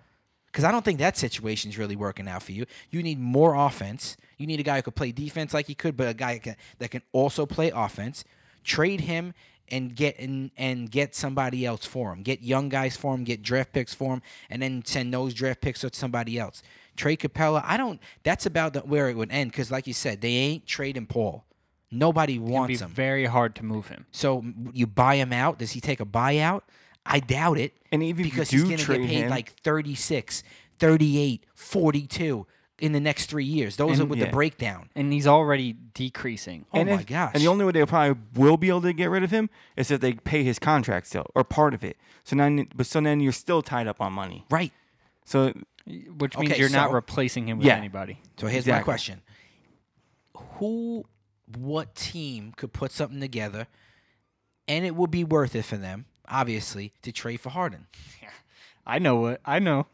because I don't think that situation's really working out for you. You need more offense. You need a guy who could play defense like he could, but a guy that can, that can also play offense. Trade him and get and, and get somebody else for him. Get young guys for him. Get draft picks for him, and then send those draft picks to somebody else. Trade Capella. I don't. That's about the, where it would end because, like you said, they ain't trading Paul. Nobody It'd wants be him. very hard to move him. So you buy him out. Does he take a buyout? I doubt it. And even if you because do he's going to trade get paid him- like 36, 38, 42 in the next three years. Those And- are with yeah. the breakdown. And he's already decreasing. Oh my if- gosh. And the only way they probably will be able to get rid of him is if they pay his contract still or part of it. So then, but so then you're still tied up on money. right. So Which means Okay, you're not so- replacing him with Yeah. anybody. So here's my Exactly. question: Who, what team could put something together, and it would be worth it for them, obviously, to trade for Harden? I know what I know.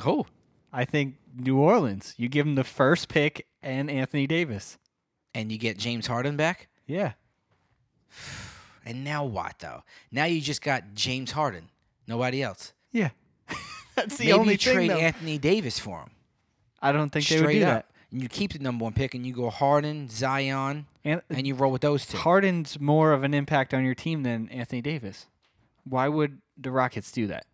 Who? I think New Orleans. You give him the first pick and Anthony Davis. And you get James Harden back, Yeah. and now what though? Now you just got James Harden, nobody else. Yeah. [LAUGHS] That's the Maybe only you thing. trade though. Anthony Davis for him. I don't think Straight they would do up. And you keep the number one pick, and you go Harden, Zion, that. And and you roll with those two. Harden's more of an impact on your team than Anthony Davis. Why would the Rockets do that?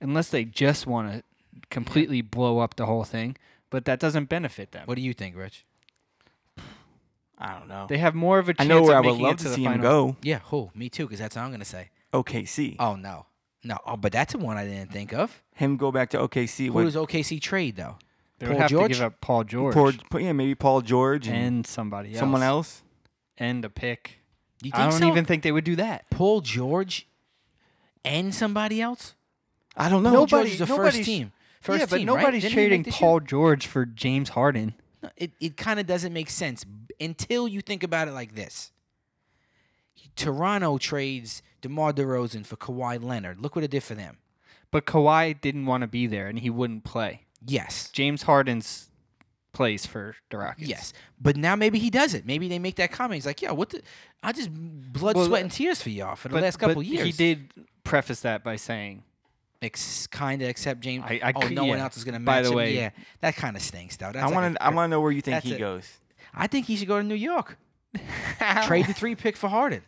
Unless they just want to completely blow up the whole thing, but that doesn't benefit them. What do you think, Rich? I don't know. They have more of a I chance. know where I of would making it love to the see him final. go. Yeah, who? Me too, because that's what I'm gonna say. OKC. Oh no, no. Oh, but that's the one I didn't think of. him go back to OKC. Who What, does OKC trade though? They Paul would have George? to give up Paul George Paul, yeah, maybe Paul George and, and somebody else. someone else. And a pick. You think I don't so? even think they would do that. Paul George and somebody else. I don't know. Paul Nobody- George is the nobody's- first team. First yeah, but team, right? nobody's Didn't he make trading this Paul year? George for James Harden. No, It it kind of doesn't make sense b- until you think about it like this. Toronto trades DeMar DeRozan for Kawhi Leonard. Look what it did for them. But Kawhi didn't want to be there and he wouldn't play. Yes. James Harden's plays for the Rockets. Yes, but now maybe he does it. Maybe they make that comment. He's like, "Yeah, what the? I just blood, Well, uh, sweat, and tears for y'all for the last couple years." He did preface that by saying, Ex- kind of except James. I- I oh, cou- no one yeah. else is gonna match By the him. way- yeah, that kind of stinks, though. That's I like want to. a- I want to know where you think That's he a- goes. I think he should go to New [LAUGHS] York. Trade the three pick for Harden.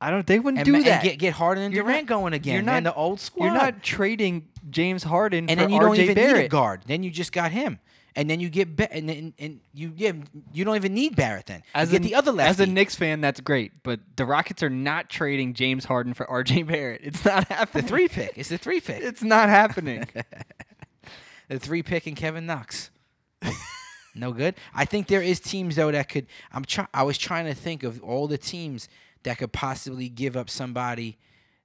I don't. They wouldn't And, do ma- and that. get get Harden and You're Durant not- going again. you're man, not- the old squad. You're not trading James Harden and for then you RJ don't even Barrett. need a guard. Then you just got him. And then you get Ba- and, and and you yeah you don't even need Barrett then. As you a, get the other lefty. as a Knicks fan, that's great, but the Rockets are not trading James Harden for RJ Barrett. It's not [LAUGHS] the happening. three pick. It's the three pick. It's not [LAUGHS] happening. The three pick and Kevin Knox. no good. I think there is teams though that could. I'm try, I was trying to think of all the teams that could possibly give up somebody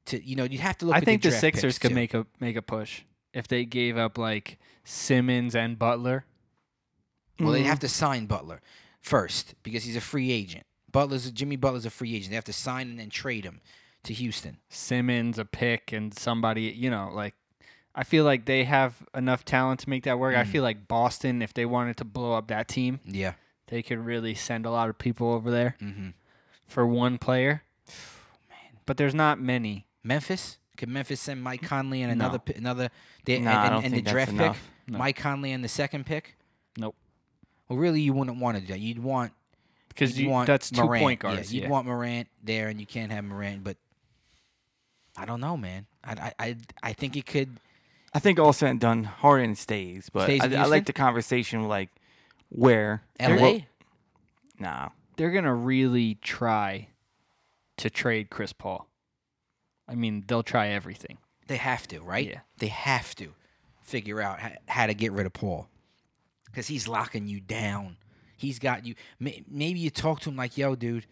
to. You know, you'd have to look. I at think the, the, draft Sixers picks, could too. make a make a push if they gave up like Simmons and Butler. Well, Mm-hmm. they'd have to sign Butler first because he's a free agent. Butler's Jimmy Butler's a free agent. They have to sign and then trade him to Houston. Simmons a pick and somebody, you know, like I feel like they have enough talent to make that work. Mm-hmm. I feel like Boston, if they wanted to blow up that team, Yeah. they could really send a lot of people over there hmm for one player. But there's not many. Memphis could Memphis send Mike Conley and Mm, No. another pi- another they, and, Nah, I and- don't and think the that's draft pick enough. No. Mike Conley and the second pick. Nope. Well, really, you wouldn't want to do that. You'd want Because You'd you, want that's two Morant. point guards. Yeah, you'd yeah. want Morant there, and you can't have Morant. But I don't know, man. I I I, I think it could. I think all said and done, Harden stays. But Stays I, in I Houston? like the conversation like where L.A. Well, nah. They're gonna really try to trade Chris Paul. I mean, they'll try everything. they have to, right? Yeah. They have to figure out how, how to get rid of Paul because he's locking you down. He's got you. May, maybe you talk to him like, "Yo, dude,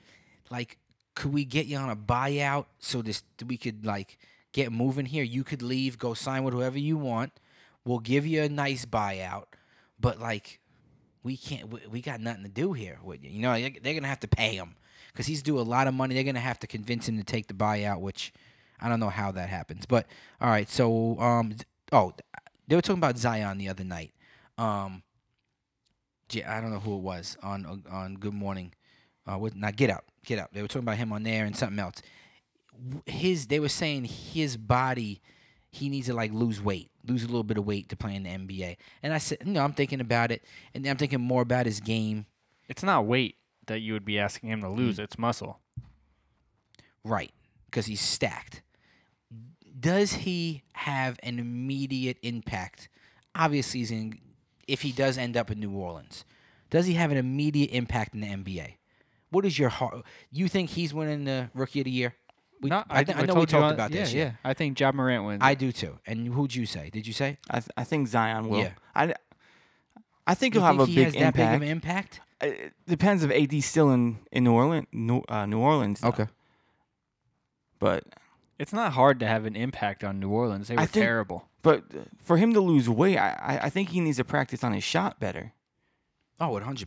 like, could we get you on a buyout so this we could like get moving here? You could leave, go sign with whoever you want. We'll give you a nice buyout, but like, we can't. We, we got nothing to do here with you. You know, they're, they're gonna have to pay him because he's due a lot of money. They're gonna have to convince him to take the buyout, which I don't know how that happens. But all right, so um, z- oh, they were talking about Zion the other night. Um, J- I don't know who it was on on Good Morning. Uh, what, not Get Out, Get Out. They were talking about him on there and something else. W- His they were saying his body he needs to like lose weight, lose a little bit of weight to play in the NBA. And I said, you know, I'm thinking about it, and I'm thinking more about his game. It's not weight that you would be asking Mm. him to lose. It's muscle. Right, because he's stacked. Does he have an immediate impact? Obviously, he's in, if he does end up in New Orleans, does he have an immediate impact in the NBA? What is your heart? You think he's winning the Rookie of the Year? We, Not- I, th- think I know we told you talked on- about this. Yeah, Yeah, yeah. I think John Morant wins. I do too. And who'd you say? Did you say? I, th- I think Zion will. Yeah. I, I think You he'll have think a he big has impact. that big of an impact? it depends if AD's still in in New Orleans. New, uh, New Orleans. though. but it's not hard to have an impact on New Orleans. They I were think- terrible. but for him to lose weight, I I- I think he needs to practice on his shot better. Oh, 100%.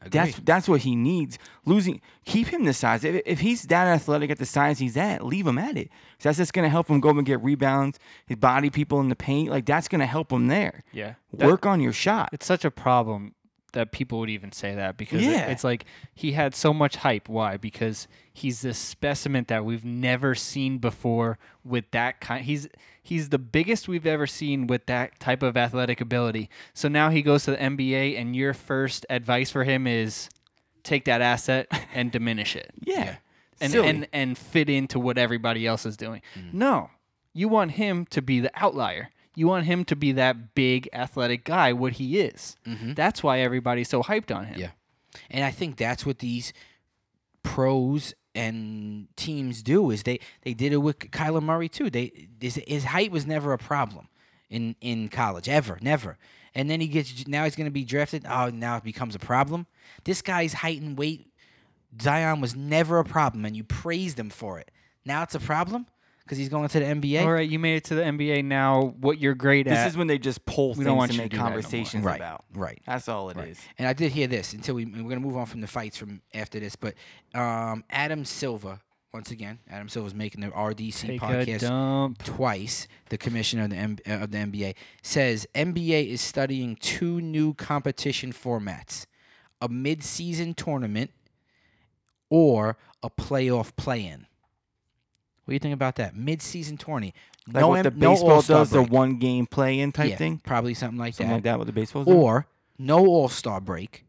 Agree. That's that's what he needs. Losing, keep him the size. If, if he's that athletic at the size he's at, leave him at it. 'Cause that's just gonna help him go up and get rebounds. His body people in the paint, like that's gonna help him there. Yeah. Work on your shot. It's such a problem that people would even say that because it- Yeah. it's like he had so much hype. Why? Because he's this specimen that we've never seen before with that kind. He's he's the biggest we've ever seen with that type of athletic ability. So now he goes to the NBA, and your first advice for him is take that asset and diminish it Yeah. and Silly. Mm. and and fit into what everybody else is doing. No, you want him to be the outlier. You want him to be that big athletic guy, what he is. Mm-hmm. That's why everybody's so hyped on him. Yeah. And I think that's what these pros and teams do is they they did it with Kyler Murray too. They his, his height was never a problem in in college ever, never. And then he gets now he's going to be drafted. Oh, now it becomes a problem. This guy's height and weight Zion was never a problem and you praised him for it. Now it's a problem cuz he's going to the NBA. All right, you made it to the NBA. Now, what you're great This at? is when they just pull don't things want and you to make do that no more. conversations Right. about. Right. That's all it is. And I did hear this until we, and we're gonna move on from the fights from after this, but um, Adam Silva once again, Adam Silva's making the RDC Take a podcast dump. twice. The commissioner of the M- uh, of the NBA says NBA is studying two new competition formats: a mid-season tournament or a playoff play-in. What do you think about that? Mid-season tourney, Like no, what M- the no baseball All-Star does, the break. one game play in type Yeah, thing. probably something like Something that like that with the baseball. or no All Star break,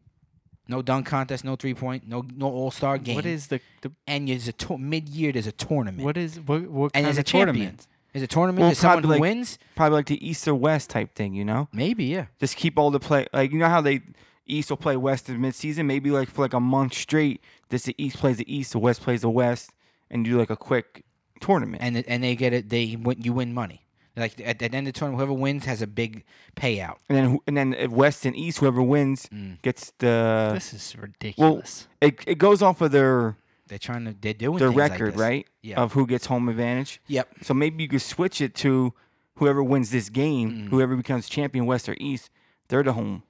no dunk contest, no three point, no no All Star game. What is the, the and there's a tour mid year there's a tournament. what is what what and kind there's of a champion. tournament? There's a tournament. Well, there's someone who probably like- wins. probably like the East or West type thing, you know? Maybe yeah. Just keep all the play like you know how they East will play West in midseason, maybe like for like a month straight, this the East plays the East, the West plays the West, and you do like a quick tournament. And and they get it. They win. You win money. Like at, at the end of the tournament, whoever wins has a big payout. And then who- and then if West and East, whoever wins Mm. gets the This is well ridiculous. it, it goes off of their They're trying to. They're doing their things like record, this. right? Yeah. Of who gets home advantage. Yep. So maybe you could switch it to whoever wins this game, Mm. whoever becomes champion West or East, they're the home.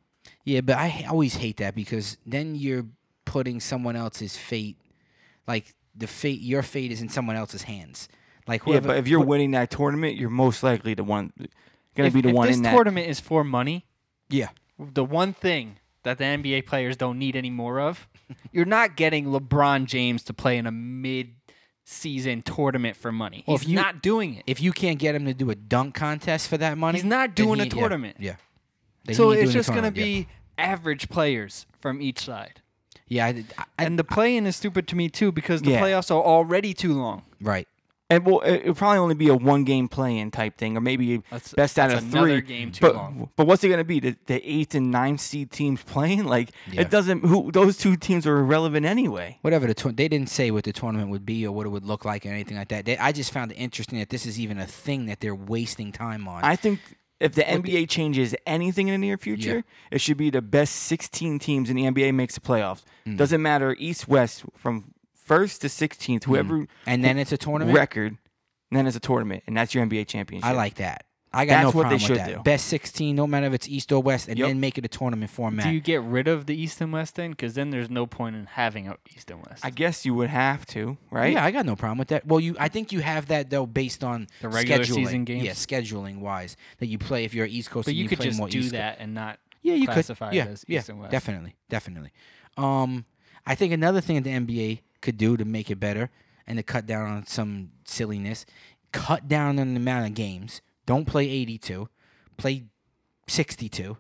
Yeah, but I h- always hate that because then you're putting someone else's fate, like the fate. Your fate is in someone else's hands. Like whoever. yeah, but if you're winning that tournament, you're most likely the one gonna if, be the if one this in that tournament is for money, yeah. the one thing that the NBA players don't need any [LAUGHS] more of, you're not getting LeBron James to play in a mid-season tournament for money. Well, He's if you- not doing it. if you can't get him to do a dunk contest for that money, He's not then doing a he- yeah, tournament. Yeah. Then so he ain't it's doing a just going to tournament, yeah. be average players from each side. Yeah, I did- I- I- and the play-in is stupid to me too because the Yeah. playoffs are already too long. right. And well, it would probably only be a one game play in type thing, or maybe That's- best out that's of another three. game too but long. but what's it going to be? The, the eighth and ninth seed teams playing? Like Yeah. it doesn't. Who those two teams are irrelevant anyway. Whatever the tour- they didn't say what the tournament would be or what it would look like or anything like that. They, I just found it interesting that this is even a thing that they're wasting time on. I think if the NBA changes anything in the near future, it should be the best sixteen teams in the NBA makes the playoffs. Mm. Doesn't matter east west from first to sixteenth, whoever and then it's a Mm. tournament. record, and then it's a tournament, and that's your NBA championship. I like that. I got That's no what problem they with should that. do. Best 16, no matter if it's East or West, and Yep. then make it a tournament format. Do you get rid of the East and West then? Because then there's no point in having a East and West. I guess you would have to, right? Yeah, I got no problem with that. Well, you, I think you have that though, based on The regular scheduling. season games? Yeah, scheduling wise, that you play if you're East Coast. but and you, could play just more do East Coast. that and not Yeah, you classify could. Yeah, it as yeah, East and West. definitely, definitely. Um, I think another thing that the NBA could do to make it better and to cut down on some silliness, cut down on the amount of games. Don't play 82. Play 62.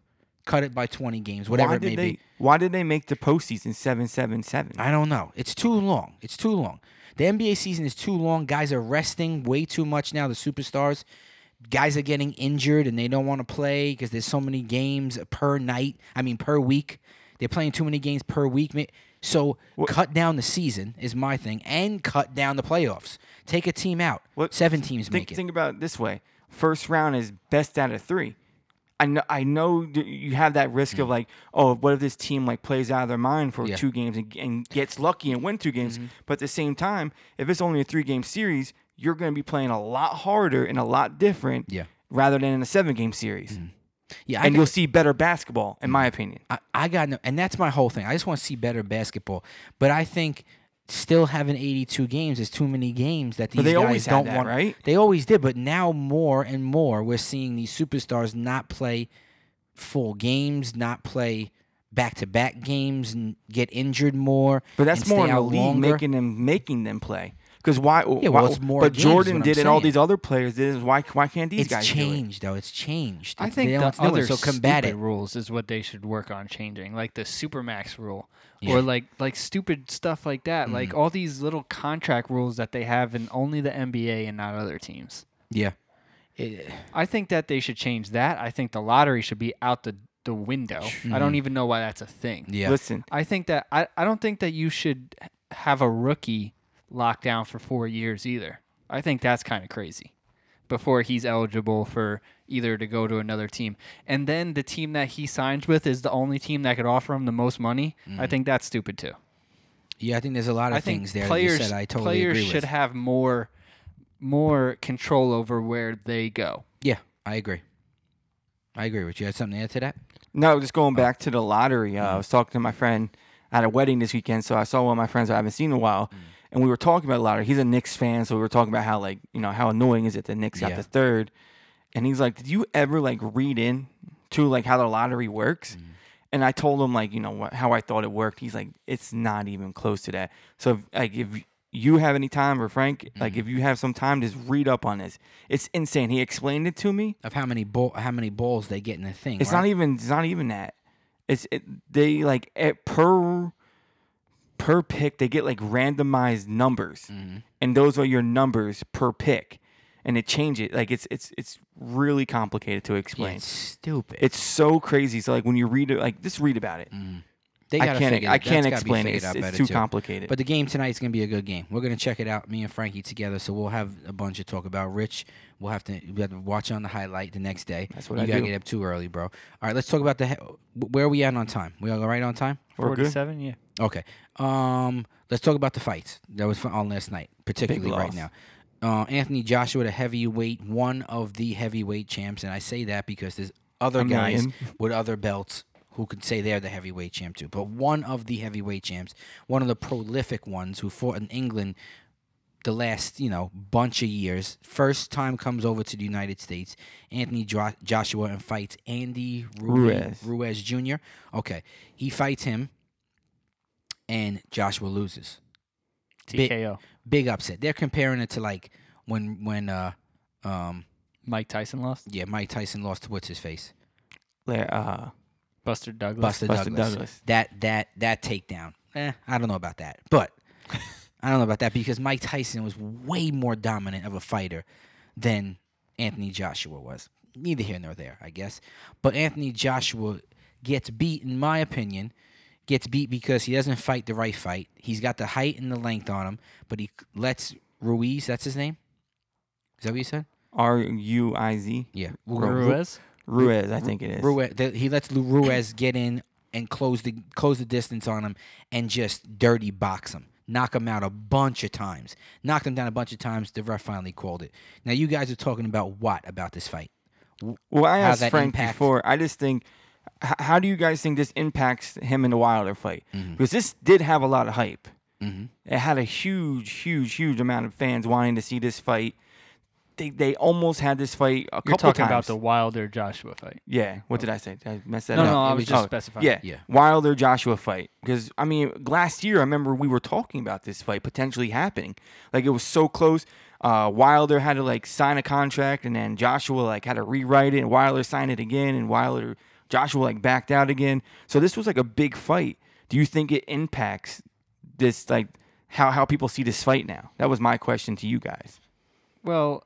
Cut it by 20 games, whatever why it did may they? be. Why did they make the postseason seven seven seven? I don't know. It's too long. It's too long. The NBA season is too long. Guys are resting way too much now. The superstars, guys are getting injured and they don't want to play because there's so many games per night. I mean per week. They're playing too many games per week. Ma- So What- cut down the season is my thing, and cut down the playoffs. Take a team out. What- Seven teams think, make it. think about it this way: first round is best out of three. I know, I know that you have that risk of like, oh, what if this team like plays out of their mind for Mm. Yeah. Mm-hmm. two games and, and gets lucky and win two games? But at the same time, if it's only a three game series, you're going to be playing a lot harder and a lot different, Yeah. Mm-hmm. rather than in a seven game series, yeah, I and could- you'll see better basketball, Mm-hmm. in my opinion. I, I got no, and that's my whole thing. I just want to see better basketball. But I think still having 82 games is too many games that these they guys always had don't that, want. right? They always did, but now more and more we're seeing these superstars not play full games, not play back to back games, and get injured more. But that's and more stay in the out league longer. making them making them play. Because why? Yeah, why- well, it's more but games is Jordan what I'm did it. All saying. these other players did. it. Why? Why can't these It's guys do it? changed though. It's changed. I It's- think they the don't- no, other so combat stupid it. rules is what they should work on changing, like the supermax rule, Yeah. Mm-hmm. or like like stupid stuff like that, like all these little contract rules that they have in only the NBA and not other teams. Yeah. It- I think that they should change that. I think the lottery should be out the the window. I don't even know why that's a thing. Mm-hmm. yeah. Listen, I think that I, I don't think that you should have a rookie locked down for four years either. I think that's kind of crazy before he's eligible for either to go to another team. And then the team that he signs with is the only team that could offer him the most money. I think that's stupid too. yeah, I think there's a lot of I think Mm-hmm. things there players that you said I totally players agree should with. have more more control over where they go. yeah, I agree. I agree with you. You Had something to add to that? no, just going back to the lottery. Uh, I was talking to my friend at a wedding this weekend, so I saw one of my friends I haven't seen in a while, and we were talking about lottery. He's a Knicks fan, so we were talking about how like you know how annoying is it the Knicks Yeah. got the third, and he's like, did you ever like read in to like how the lottery works? And I told him like you know what, how I thought it worked. He's like, it's not even close to that. So if, like if you have any time or Frank, like if you have some time, just read up on this. It's insane. He explained it to me. of how many ball, how many balls they get in a thing. It's right? not even. It's not even that. It's it, they like at per per pick they get like randomized numbers, Mm-hmm. and those are your numbers per pick, and it changes. Like it's it's it's really complicated to Yeah, explain. it's stupid. It's so crazy. So like when you read it, like just read about it. Mm-hmm. they I gotta can't. figure I that- that's can't gotta be explain it. figured It's, out it's better, too too. complicated. But the game tonight's gonna be a good game. We're gonna check it out, me and Frankie together. So we'll have a bunch of talk about. Rich, we'll have to we have to watch on the highlight the next day. That's what you I gotta do. get up too early, bro. All right, let's talk about the. he- Where are we at on time? We all right on time? We're good. Forty-seven, yeah. Okay. Um, let's talk about the fights that was on last night, particularly right loss. now. Uh, Anthony Joshua, the heavyweight, one of the heavyweight champs, and I say that because there's other A guys million. with other belts who could say they're the heavyweight champ too. But one of the heavyweight champs, one of the prolific ones who fought in England the last you know bunch of years, first time comes over to the United States. Anthony jo- Joshua and fights Andy Ruiz, Ruiz. Ruiz Jr. Okay, he fights him and Joshua loses. Big- TKO. Big upset. They're comparing it to like when when uh um Mike Tyson lost. yeah Mike Tyson lost to what's his face Like, uh, Buster Douglas. Buster, Buster Douglas. Douglas. That that that takedown. Eh, I don't know about that, but [LAUGHS] I don't know about that because Mike Tyson was way more dominant of a fighter than Anthony Joshua was. Neither here nor there, I guess. But Anthony Joshua gets beat, in my opinion, gets beat because he doesn't fight the right fight. He's got the height and the length on him, but he lets Ruiz. That's his name. Is that what you said? R U I Z Yeah, Ruiz. Ruiz, I think it is. Ruiz, the, he lets Lu- Ruiz get in and close the close the distance on him and just dirty box him, knock him out a bunch of times, knocked him down a bunch of times. The ref finally called it. Now you guys are talking about what about this fight? Well, I how asked that Frank impacts- before. I just think, h- how do you guys think this impacts him in the Wilder fight? Mm-hmm. Because this did have a lot of hype. It had a huge, huge, huge amount of fans wanting to see this fight. they, they almost had this fight a You're couple talking about times. the Wilder Joshua fight. yeah. What did I say? Did I mess that No, up? Oh. no, it I was was just just- specifying. Yeah. Yeah. Wilder Joshua fight. Because, I mean, last year, I remember we were talking about this fight potentially happening. Like, it was so close. Uh, Wilder had to, like, sign a contract, and then Joshua, like, had to rewrite it, and Wilder signed it again, and Wilder, Joshua, like, backed out again. So this was, like, a big fight. Do you think it impacts this, like, how, how people see this fight now? That was my question to you guys. Well,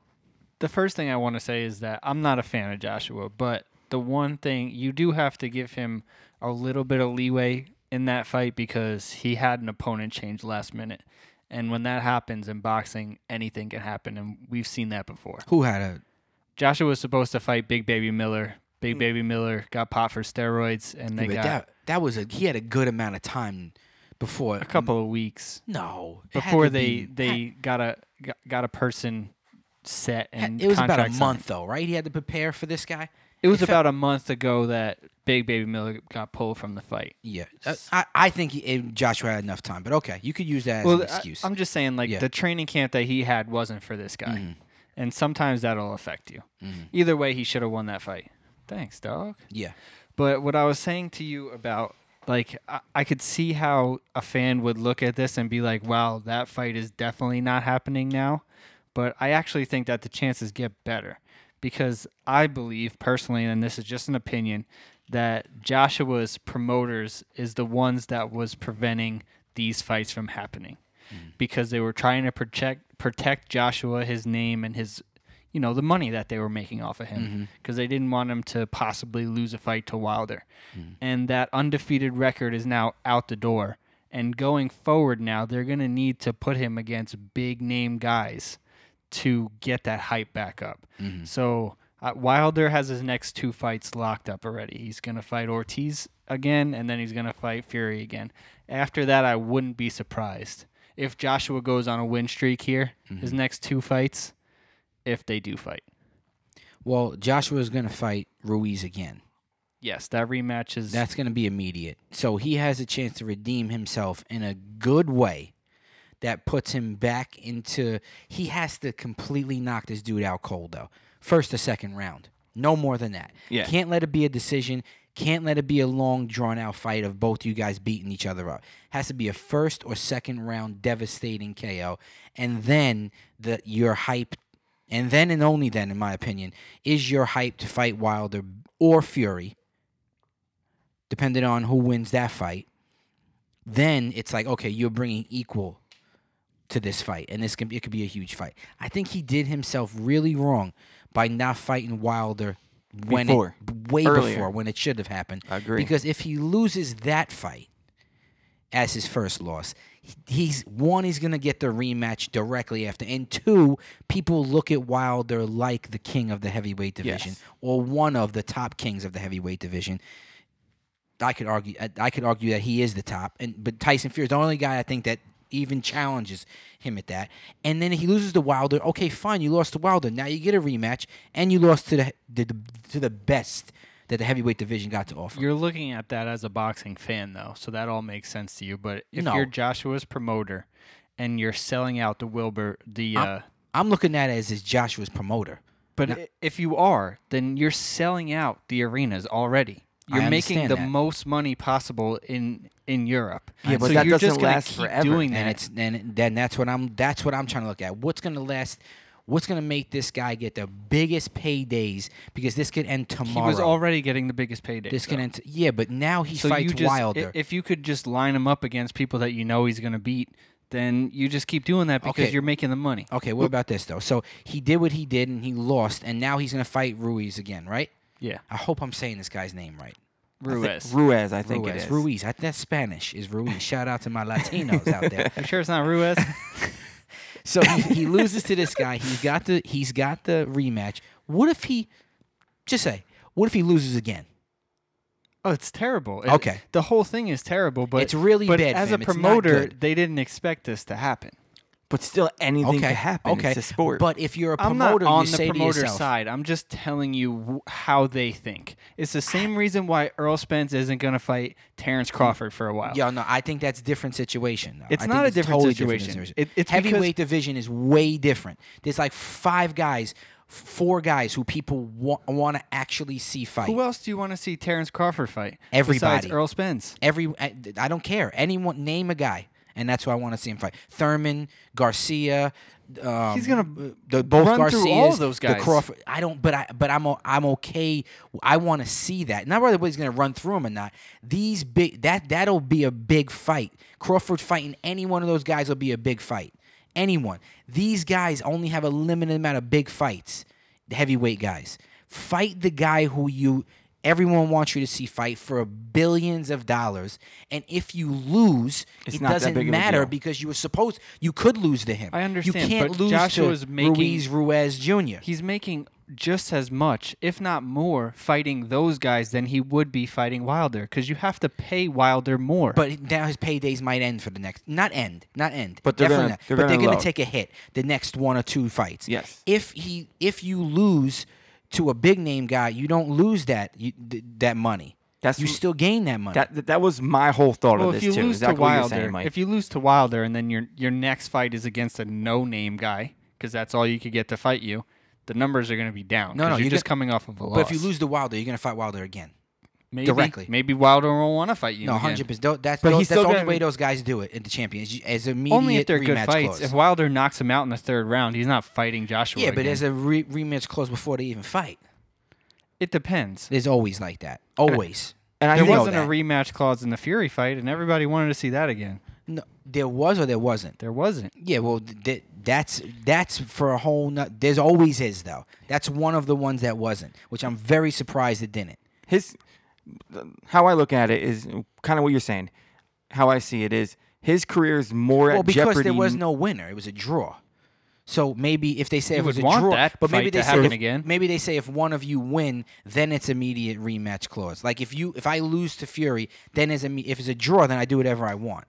the first thing I want to say is that I'm not a fan of Joshua, but the one thing you do have to give him a little bit of leeway in that fight because he had an opponent change last minute. And when that happens in boxing, anything can happen. And we've seen that before. Who had a Joshua was supposed to fight Big Baby Miller. Big Hmm. Baby Miller got popped for steroids, and they but got that that was a he had a good amount of time before a couple of weeks no it Hmm. had to before they be- they got a got, got a person set had- and it was about a contract signed. month though right he had to prepare for this guy It was It felt- about a month ago that Big Baby Miller got pulled from the fight. yeah Uh, I I think he, eh, Joshua had enough time but okay you could use that as an excuse I, am just saying, like Yeah. Mm-hmm. the training camp that he had wasn't for this guy, and sometimes that'll affect you. Either way, he should have won that fight. Thanks, dog. yeah But what I was saying to you about, like, I, I could see how a fan would look at this and be like, wow, that fight is definitely not happening now. But I actually think that the chances get better because I believe personally, and this is just an opinion, that Joshua's promoters is the ones that was preventing these fights from happening because they were trying to protect protect Joshua, his name, and his you know the money that they were making off of him because they didn't want him to possibly lose a fight to Wilder. And that undefeated record is now out the door. And going forward now, they're going to need to put him against big name guys to get that hype back up. So uh, Wilder has his next two fights locked up already. He's going to fight Ortiz again, and then he's going to fight Fury again. After that, I wouldn't be surprised if Joshua goes on a win streak here, his next two fights, if they do fight. well Joshua is gonna fight Ruiz again Yes, that rematch is. That's going to be immediate. So he has a chance to redeem himself in a good way that puts him back into. He has to completely knock this dude out cold, though. First to second round. No more than that. Yeah. Can't let it be a decision. Can't let it be a long, drawn out fight of both you guys beating each other up. Has to be a first or second round devastating KO. And then the your hype and then and only then, in my opinion, is your hype to fight Wilder or Fury, depending on who wins that fight. Then it's like, okay, you're bringing equal to this fight, and this can it could be a huge fight. I think he did himself really wrong by not fighting Wilder when it- Before. way Earlier. before when it should have happened. I agree. Because if he loses that fight as his first loss, he- he's one, he's going to get the rematch directly after. And two, people look at Wilder like the king of the heavyweight division Yes. or one of the top kings of the heavyweight division. I could argue I- I could argue that he is the top and but Tyson Fury is the only guy I think that even challenges him at that. And then he loses to Wilder. Okay, fine, you lost to Wilder. Now you get a rematch and you lost to the, the to the best that the heavyweight division got to offer. You're looking at that as a boxing fan, though, so that all makes sense to you. But if No. you're Joshua's promoter and you're selling out the Wilbur, the. Uh, I'm looking at it as his Joshua's promoter. but i if you are, then you're selling out the arenas already. I You're making understand the that. most money possible in in Europe. Yeah, but so that you're doesn't just gonna last keep forever. doing that. and it's then then that's what I'm that's what I'm trying to look at. What's gonna last? What's gonna make this guy get the biggest paydays? Because this could end he tomorrow. was already getting the biggest payday. this so. could end. t- yeah, but now he So fights you just, i- Wilder. If you could just line him up against people that you know he's going to beat, then you just keep doing that because Okay. you're making the money. okay, what about this though? So he did what he did and he lost, and now he's gonna fight Ruiz again, right? Yeah, I hope I'm saying this guy's name right. Ruiz. Ruiz, I think it Ruiz. is. Ruiz. I, that's Spanish. Is [LAUGHS] Ruiz? Shout out to my Latinos out there. you sure it's not Ruiz? So he, he loses to this guy. He's got the he's got the rematch. What if he just say? What if he loses again? [LAUGHS] oh, it's terrible. It- Okay. the whole thing is terrible. But It's really but bad, As fam. a It's not promoter, good. they didn't expect this to happen. But still, anything okay. can happen. Okay. It's a sport. But if you're a I'm promoter, not on you the say promoter to yourself, side. I'm just telling you wh- how they think. It's the same reason why Earl Spence isn't going to fight Terrence Crawford for a while. Mm. Yeah, no, I think that's different situation. though. Oh. It's I think not a it's different totally situation. Different It- it's because- heavyweight division is way different. There's like five guys, four guys who people wa- want to actually see fight. Who else do you want to see Terrence Crawford fight? Besides Everybody. Earl Spence. Every I, I don't care. Anyone name a guy, and that's who I want to see him fight. Thurman, Garcia. Um, He's gonna b- the both run Garcias, through all those The guys. Crawford. I don't, but I but I'm o- I'm okay. I want to see that. Not whether he's gonna run through him or not. These big that that'll be a big fight. Crawford fighting any one of those guys will be a big fight. Anyone. These guys only have a limited amount of big fights. The heavyweight guys fight the guy who you everyone wants you to see fight for billions of dollars and if you lose It's it not that doesn't big of a matter deal. because you were supposed you could lose to him I you understand, can't but lose Joshua's to making- ruiz ruiz jr He's making just as much, if not more, fighting those guys than he would be fighting Wilder because you have to pay Wilder more. But now his paydays might end for the next, not end, not end. But they're definitely gonna- not. they're but they're gonna going lower. to take a hit the next one or two fights. Yes. If he, if you lose to a big name guy, you don't lose that you, th- that money. That's you m- still gain that money. that, that that was my whole thought well, of if this you too. lose exactly to what Wilder, you're saying, Mike. if you lose to Wilder, and then your your next fight is against a no name guy because that's all you could get to fight you, the numbers are going to be down. No, 'cause no, you're you just get- coming off of a loss. but if you lose to Wilder, you're going to fight Wilder again. maybe, directly. maybe Wilder won't want to fight you. No, again. hundred percent. That's But those- he's that's still the only gonna- way those guys do it in the champions you- as immediate Only if they're good rematch fights. clause. If Wilder knocks him out in the third round, he's not fighting Joshua. yeah, but again. there's a re- rematch clause before they even fight. it depends. There's always like that. Always. and I There think- wasn't a that. rematch clause in the Fury fight, and everybody wanted to see that again. No, there was or there wasn't. There wasn't. Yeah, well, th- th- that's that's for a whole. Not, there's always is though. That's one of the ones that wasn't, which I'm very surprised it didn't. his how I look at it is kind of what you're saying. How I see it is his career is more Well, at because jeopardy. there was no winner, it was a draw. So maybe if they say You it was would a want draw, that but maybe fight they to say happen if- again. maybe they say if one of you win, then it's immediate rematch clause. Like if you if I lose to Fury, then is if it's a draw, then I do whatever I want.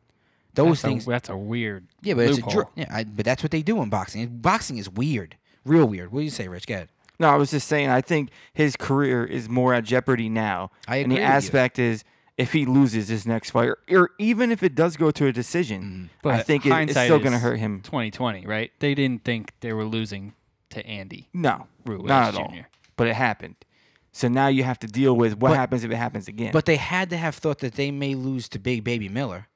Those That's things, A, that's a weird. yeah, but it's a loophole. draw. Yeah, I, but that's what they do in boxing. Boxing is weird, real weird. What do you say, Rich? Go ahead. No, I was just saying. I think his career is more at jeopardy now. I And agree with the you. aspect is if he loses his next fight, or, or even if it does go to a decision, Mm, But I think it, it's hindsight still going to is hurt him. 2020, right? They didn't think they were losing to Andy. No, Ruiz not at all. Jr.. But it happened. So now you have to deal with what But- happens if it happens again. But they had to have thought that they may lose to Big Baby Miller.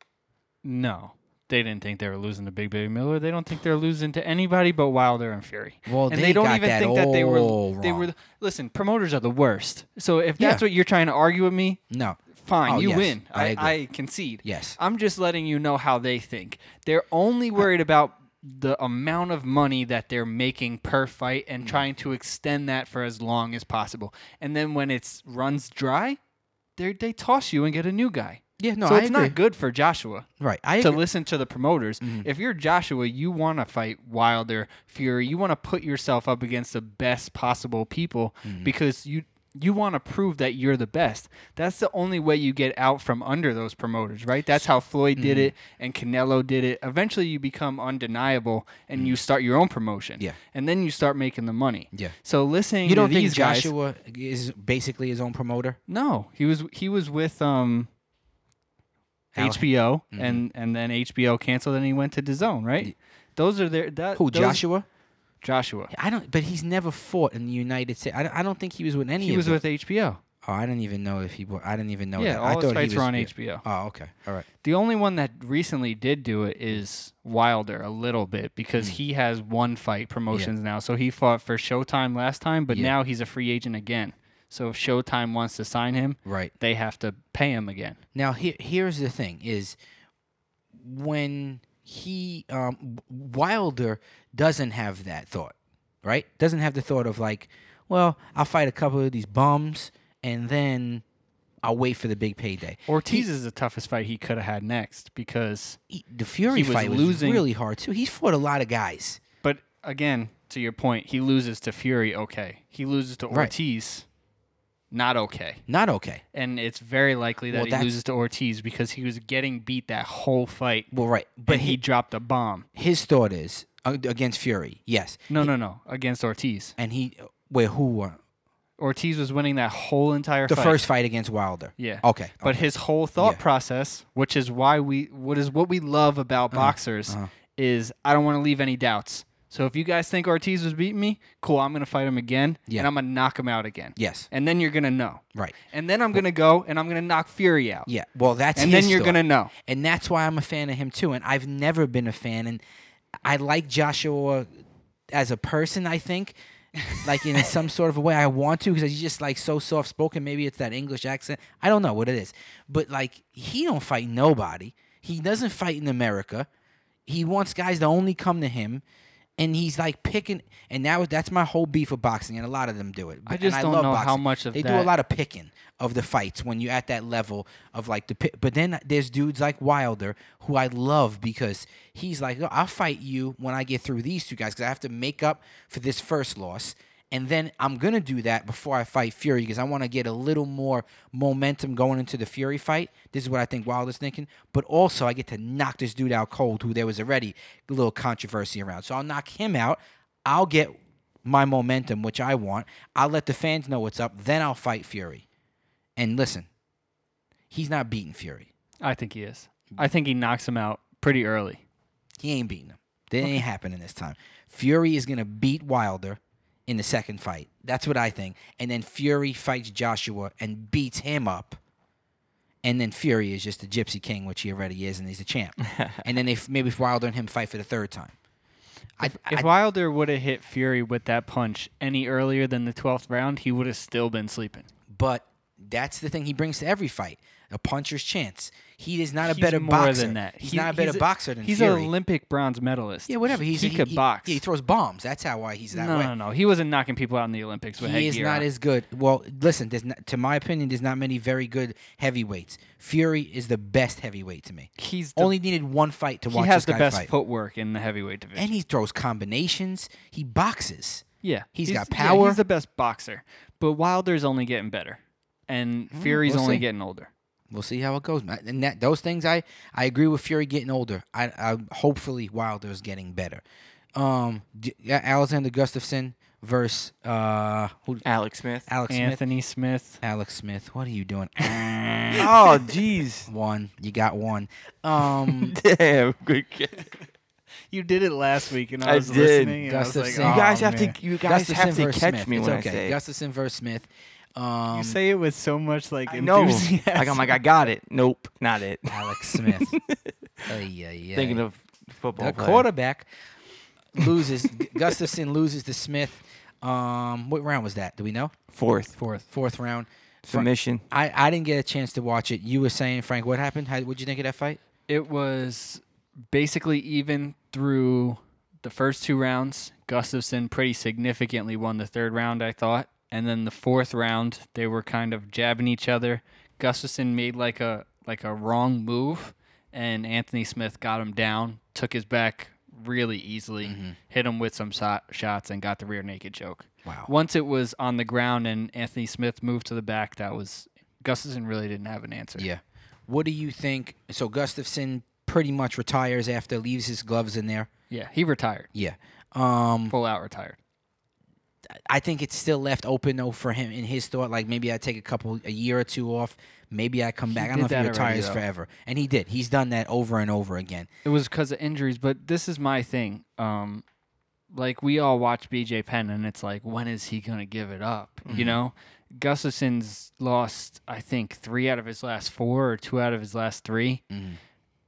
No, they didn't think they were losing to Big Baby Miller. They don't think they're losing to anybody but Wilder and Fury. Well, and they don't got even that think that they were. all They were. wrong. Listen, promoters are the worst. So if Yeah. that's what you're trying to argue with me, No. fine, Oh, you yes, win. I I, agree. I, concede. Yes. I'm just letting you know how they think. They're only worried about the amount of money that they're making per fight Mm. and trying to extend that for as long as possible. And then when it runs dry, they they toss you and get a new guy. Yeah, no, so I it's agree. not good for Joshua Right. I Mm-hmm. to agree. listen to the promoters. If you're Joshua, you want to fight Wilder, Fury. You want to put yourself up against the best possible people Mm-hmm. because you you want to prove that you're the best. That's the only way you get out from under those promoters, right? That's how Floyd Mm-hmm. did it and Canelo did it. Eventually you become undeniable and you start your own promotion. Mm-hmm. Yeah. And then you start making the money. Yeah. So listening you don't to think these guys, Joshua is basically his own promoter? no, he was he was with um Al- Mm-hmm. HBO and and then HBO canceled and he went to DAZN, right? Those are their that Who, those- Joshua? Joshua. I don't, but he's never fought in the United States. I don't, I don't think he was with any He of was them. with HBO. Oh, I didn't even know if he was. I didn't even know Yeah, that. Oh, I all thought his he fights was were on yeah. HBO. Oh, okay. All right. The only one that recently did do it is Wilder a little bit Hmm. because he has one fight promotions now. So he fought for Showtime last time, but Yeah. now he's a free agent again. So if Showtime wants to sign him, Right. they have to pay him again. Now here here's the thing is when he um, Wilder doesn't have that thought, right? Doesn't have the thought of like, well, I'll fight a couple of these bums and then I'll wait for the big payday. Ortiz is the toughest fight he could have had next because He- the Fury He was fight losing- was really hard too. He's fought a lot of guys. But again, to your point, he loses to Fury. Okay, he loses to Right. Ortiz. not okay. Not okay. And it's very likely that Well, he that's- loses to Ortiz because he was getting beat that whole fight. Well, right, but and he, he, dropped a bomb. his thought is uh, against Fury. Yes, No, no, no. Against Ortiz. and he wait who won Ortiz was winning that whole entire the fight. first fight against Wilder? Yeah. Okay, But his whole thought Yeah. process, which is why we what is what we love about Uh-huh, boxers is I don't want to leave any doubts. So if you guys think Ortiz was beating me, cool, I'm gonna fight him again Yeah. and I'm gonna knock him out again. yes, And then you're gonna know. right. And then I'm gonna go and I'm gonna knock Fury out. Yeah. Well, that's And his then you're thought. gonna know. and that's why I'm a fan of him too. And I've never been a fan, and I like Joshua as a person. I think, like in some sort of a way, I want to because he's just like so soft spoken. Maybe it's that English accent. I don't know what it is, but like he don't fight nobody. He doesn't fight in America. He wants guys to only come to him. And he's like picking, and now that's my whole beef with boxing, and a lot of them do it. I And just don't love know how boxing. much of they do a that- lot of picking of the fights when you're at that level of like the. pi- But then there's dudes like Wilder who I love because he's like, "Yo, I'll fight you when I get through these two guys because I have to make up for this first loss. And then I'm gonna do that before I fight Fury because I want to get a little more momentum going into the Fury fight. This is what I think Wilder's thinking. But also, I get to knock this dude out cold, who there was already a little controversy around. So I'll knock him out. I'll get my momentum, which I want. I'll let the fans know what's up. Then I'll fight Fury. And listen, he's not beating Fury. I think he is. I think he knocks him out pretty early. He ain't beating him. That ain't happening this time. Fury is gonna beat Wilder in the second fight. That's what I think. And then Fury fights Joshua and beats him up. And then Fury is just the Gypsy King, which he already is, and he's a [LAUGHS] champ. and then they f- maybe Wilder and him fight for the third time. I, If I, Wilder would have hit Fury with that punch any earlier than the 12th round, he would have still been sleeping. but that's the thing he brings to every fight a puncher's chance. He is not a He's better more boxer. than that. He's He- not a better boxer than he's Fury. an Olympic bronze medalist. yeah, whatever. He, He's he could box. yeah, he throws bombs. That's how why he's that no, way. no, no. He wasn't knocking people out in the Olympics with He is headgear not on. as good. Well, listen, there's not, to my opinion, there's not many very good heavyweights. Fury is the best heavyweight to me. He's the, Only needed one fight to he watch has this the guy best fight, footwork in the heavyweight division. and he throws combinations. He boxes. yeah, he's got yeah, power. he's the best boxer. But Wilder's only getting better, and Fury's we'll only see. getting older. We'll see how it goes, man. And that those things, I I agree with Fury getting older. I, I hopefully Wilder's getting better. Um, d- yeah, Alexander Gustafson versus uh, who, Alex Smith. Alex Smith. Anthony Smith. Alex Smith, what are you doing? [LAUGHS] oh, jeez. one, you got one. [LAUGHS] Um, Damn, good kid. You did it last week, and I, I was did. listening. And I was Gustafson. like, You You "Aw, guys have man." to. You guys Gustafson have to versus catch Smith. me it's when okay. I say. it. Gustafson versus Smith. Um, You say it with so much like I know. enthusiasm. [LAUGHS] Like I'm like I got it. Nope, not it. Alex [LAUGHS] Smith. yeah, yeah. Thinking of football. the player. quarterback loses. [LAUGHS] Gustafson loses to Smith. Um, what round was that? Do we know? fourth Fourth. Fourth round. Fra- submission. I, I didn't get a chance to watch it. You were saying, Frank, what happened? How, what'd you think of that fight? It was basically even through the first two rounds. Gustafson pretty significantly won the third round, I thought. And then the fourth round, they were kind of jabbing each other. Gustafson made like a like a wrong move, and Anthony Smith got him down, took his back really easily, Mm-hmm. hit him with some so- shots, and got the rear naked choke. Wow. Once it was on the ground and Anthony Smith moved to the back, that was Gustafson really didn't have an answer. Yeah. What do you think? So Gustafson pretty much retires after leaves his gloves in there. yeah he retired, Yeah. Um, full out retired. I think it's still left open though for him in his thought. Like maybe I take a couple, a year or two off. Maybe I come back. I don't know if did he that already, retires though. forever, and he did. He's done that over and over again. It was because of injuries, but this is my thing. Um, like we all watch BJ Penn, and it's like, when is he gonna give it up? You know, Gustafson's lost, I think, three out of his last four, or two out of his last 3 Mhm.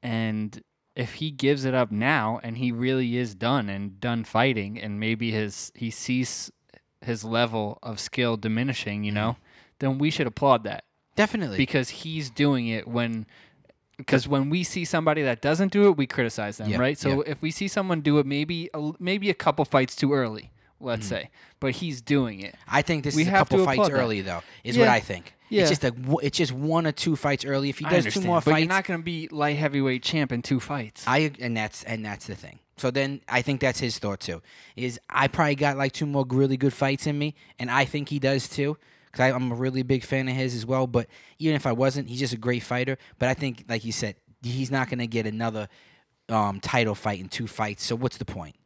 and if he gives it up now, and he really is done and done fighting, and maybe his he sees his level of skill diminishing, you know, then we should applaud that Definitely. because he's doing it when because when we see somebody that doesn't do it we criticize them Yeah, right so if we see someone do it maybe a, l- maybe a couple fights too early let's Mm-hmm. say but he's doing it I think this we is a have couple to fights applaud that. early though. Is what Yeah. I think. Yeah. It's just a, it's just one or two fights early. If he I does two understand, more but fights, you're not going to be light heavyweight champ in two fights I ag- and that's and that's the thing. So then I think that's his thought too. Is I probably got like two more really good fights in me, and I think he does too. because I'm a really big fan of his as well. But even if I wasn't, he's just a great fighter. But I think, like you said, he's not going to get another um, title fight in two fights. So what's the point?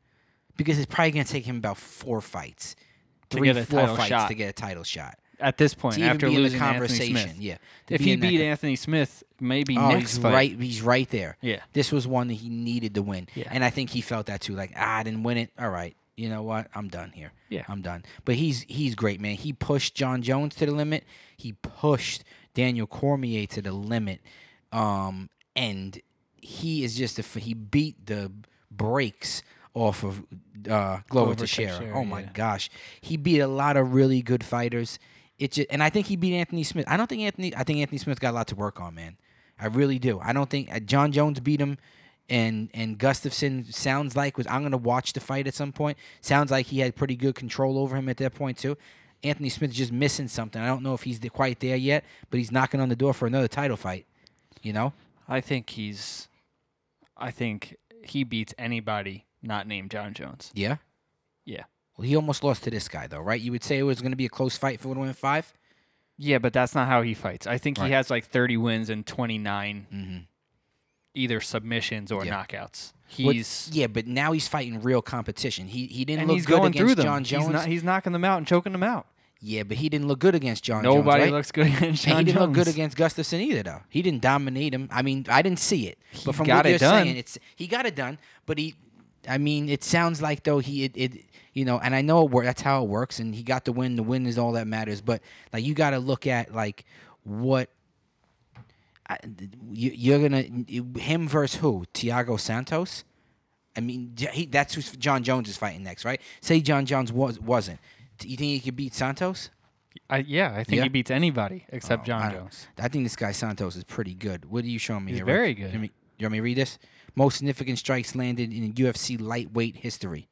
Because it's probably going to take him about four fights, To three, get a four title fights shot. to get a title shot. At this point, To even after be in the losing to Anthony conversation, Smith, yeah. To if be he in that beat con- Anthony Smith, maybe oh, next he's fight. right, he's right there. Yeah. This was one that he needed to win, Yeah. and I think he felt that too. Like, ah, I didn't win it. All right, you know what? I'm done here. Yeah. I'm done. But he's he's great, man. He pushed John Jones to the limit. He pushed Daniel Cormier to the limit. Um, and he is just a, f- he beat the brakes off of uh, Glover Glover Teixeira. Teixeira, Oh my yeah. gosh, he beat a lot of really good fighters. It just, and I think he beat Anthony Smith. I don't think Anthony. I think Anthony Smith got a lot to work on, man. I really do. I don't think uh, John Jones beat him, and and Gustafson sounds like was. I'm gonna watch the fight at some point. Sounds like he had pretty good control over him at that point too. Anthony Smith's just missing something. I don't know if he's th- quite there yet, but he's knocking on the door for another title fight. You know, I think he's. I think he beats anybody not named John Jones. yeah. Yeah. Well, he almost lost to this guy though, right? You would say it was going to be a close fight for the win five. Yeah, but that's not how he fights. I think Right. he has like 30 wins and 29 Mm-hmm. either submissions or Yeah. knockouts. What- He's yeah, but now he's fighting real competition. He he didn't and look he's good going against through them. John Jones. He's, not, he's knocking them out and choking them out. yeah, but he didn't look good against John Jones. Nobody right? looks good against and John he didn't Jones. look good against Gustafson either, though. He didn't dominate him. I mean, I didn't see it, but from got what it you're done. saying, it's he got it done. But he, I mean, it sounds like though he it, it you know, and I know it, wor- that's how it works. And he got the win. The win is all that matters. But like, you got to look at like what. I, you, you're gonna him versus who? Tiago Santos. I mean, J- he, that's who John Jones is fighting next, right? Say John Jones was wasn't. Do You think he could beat Santos? I, yeah, I think Yeah. he beats anybody Oh, except I John don't- Jones. I think this guy Santos is pretty good. What are you showing me He's here? very Rick? good. You want, me, you want me to read this? Most significant strikes landed in UFC lightweight history.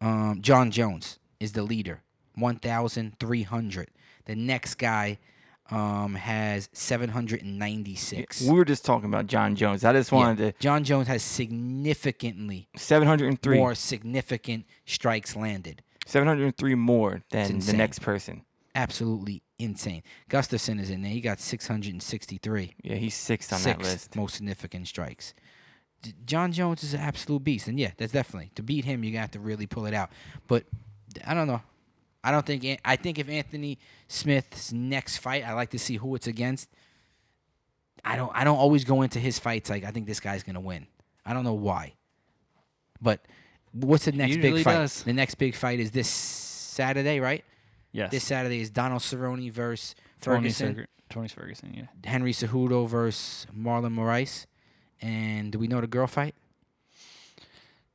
Um, John Jones is the leader, 1,300. The next guy um, has 796. We were just talking about John Jones. I just Yeah. wanted to John Jones has significantly 703 more significant strikes landed. 703 more than the insane. next person. Absolutely insane. Gustafson is in there. He got 663. Yeah, he's sixth on that sixth list. most significant strikes. D- John Jones is an absolute beast, and yeah, that's definitely to beat him. You have to really pull it out. But I don't know. I don't think. An- I think if Anthony Smith's next fight, I like to see who it's against. I don't. I don't always go into his fights like I think this guy's gonna win. I don't know why. But what's the next big usually fight? does. The next big fight is this Saturday, right? Yes. This Saturday is Donald Cerrone versus Tony Ferguson. Fergu- Tony Ferguson, yeah. Henry Cejudo versus Marlon Moraes. And do we know the girl fight?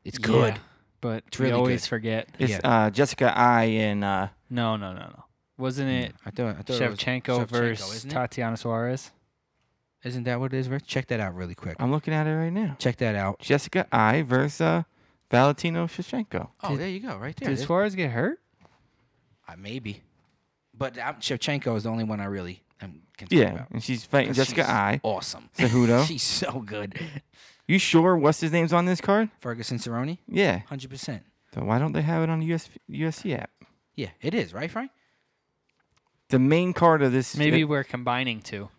It's good. Yeah, but It's we really always good. forget. It's Yeah. uh, Jessica I and uh, No, no, no, no. Wasn't it Mm. I thought, I thought it was Shevchenko, versus isn't, it? Tatiana Suarez? Isn't that what it is, Rich? Check that out really quick. I'm looking at it right now. Check that out. Jessica I versus uh, Valentino Shevchenko. Oh, Did- there you go, right there. Did There's- Suarez get hurt? I- uh, maybe. But um, Shevchenko is the only one I really am can talk Yeah, about. and she's fighting 'Cause Jessica she's I. Awesome. Cejudo. [LAUGHS] She's so good. You sure what's his name's on this card? Ferguson Cerrone, Yeah. 100%. So why don't they have it on the US, USC app? Yeah, it is, right, Frank? The main card of this uh, Maybe we're combining two.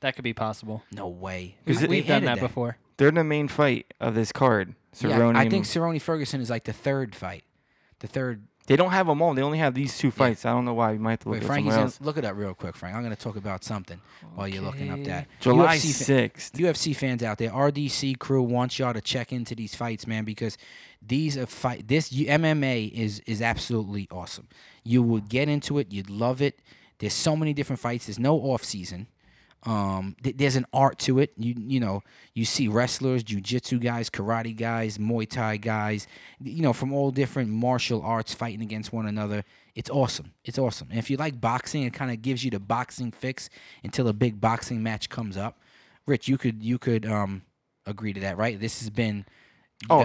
That could be possible. No way. Is I- it- we We've done hated that, before. they're the main fight of this card. Yeah, Cerrone. I think and- Cerrone Ferguson is like the third fight. The third they don't have them all. They only have these two fights. I don't know why. You might have to look Wait, at Frankie's gonna somewhere else. look it up real quick, Frank. I'm gonna talk about something while you're looking up Okay. that. July UFC fa- sixth. UFC fans out there, RDC crew wants y'all to check into these fights, man, because these are fight. This you- MMA is is absolutely awesome. You would get into it, you'd love it. There's so many different fights. There's no off season. Um, th- there's an art to it. You you know you see wrestlers, jujitsu guys, karate guys, muay thai guys, you know from all different martial arts fighting against one another. It's awesome. It's awesome. And if you like boxing, it kind of gives you the boxing fix until a big boxing match comes up. Rich, you could you could um agree to that, right? This has been Oh,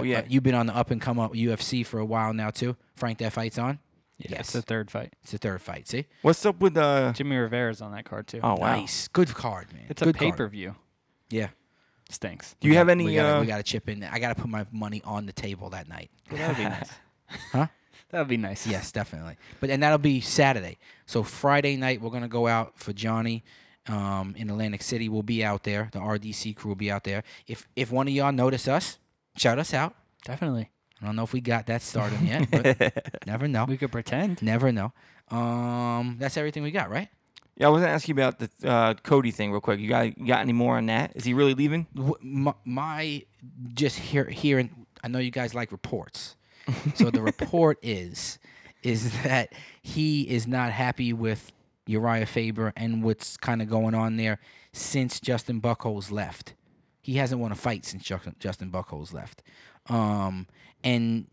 the- uh, yeah. you've been on the up and come up UFC for a while now too. Frank, that fight's on. Yeah, Yes. It's the third fight. It's the third fight. See, What's up with uh? Jimmy Rivera's on that card too. Oh wow. nice, good card, man. It's a good pay card. per view. Yeah. Stinks. Do you We have got- any? We gotta, uh, we gotta chip in. I gotta put my money on the table that night. That would be nice. Huh? That would be nice. [LAUGHS] Yes, definitely. But and that'll be Saturday. So Friday night we're gonna go out for Johnny um, in Atlantic City. We'll be out there. The RDC crew will be out there. If if one of y'all notice us, shout us out. Definitely. I don't know if we got that started yet, but never know. We could pretend. Never know. Um, that's everything we got, right? Yeah, I was gonna ask you about the uh, Cody thing real quick. You got you got any more on that? Is he really leaving? Wh- My, my just hear, hearing. I know you guys like [LAUGHS] reports, so the report is is that he is not happy with Uriah Faber and what's kind of going on there since Justin Buckholz left. He hasn't won a fight since Justin, Justin Buckholz left, um, and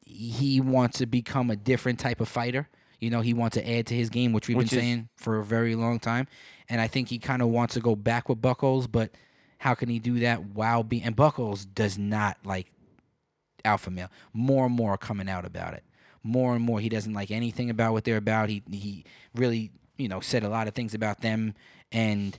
he wants to become a different type of fighter. You know, he wants to add to his game, which we've Which been is- saying for a very long time. And I think he kind of wants to go back with Buckles, but how can he do that while being. And Buckles does not like alpha male. More and more are coming out about it. More and more, he doesn't like anything about what they're about. He he really, you know, said a lot of things about them, and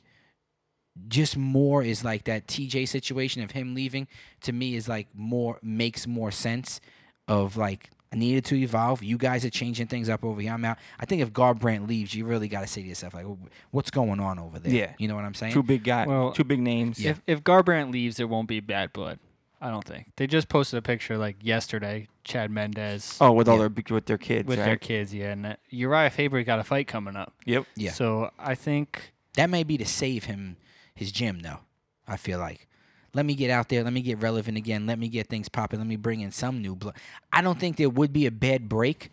just more is like that TJ situation of him leaving. To me, is like more makes more sense of like I needed to evolve. You guys are changing things up over here. I'm out. I think if Garbrandt leaves, you really got to say to yourself like, what's going on over there? Yeah. you know what I'm saying. Two big guy, Well, two big names. Yeah. If if Garbrandt leaves, it won't be bad blood. I don't think. They just posted a picture like yesterday, Chad Mendez Oh, with all Yeah. their with their kids, with right? their kids, yeah, and that Uriah Faber got a fight coming up. Yep. Yeah. So I think That may be to save him his gym though. I feel like. Let me get out there. Let me get relevant again. Let me get things popping. Let me bring in some new blood. I don't think there would be a bad break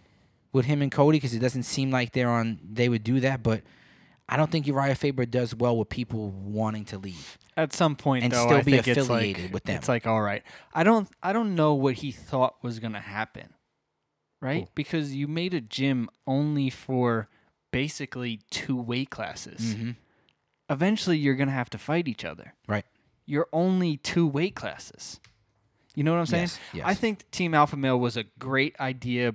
with him and Cody because it doesn't seem like they're on. They would do that, but I don't think Uriah Faber does well with people wanting to leave. at some point And though, still I be think it's affiliated like, with them. It's like all right. I don't I don't know what he thought was gonna happen. Right? Because you made a gym only for basically two weight classes. Mhm. Eventually you're gonna have to fight each other. Right. You're only two weight classes. You know what I'm saying? Yes, yes. I think Team Alpha Male was a great idea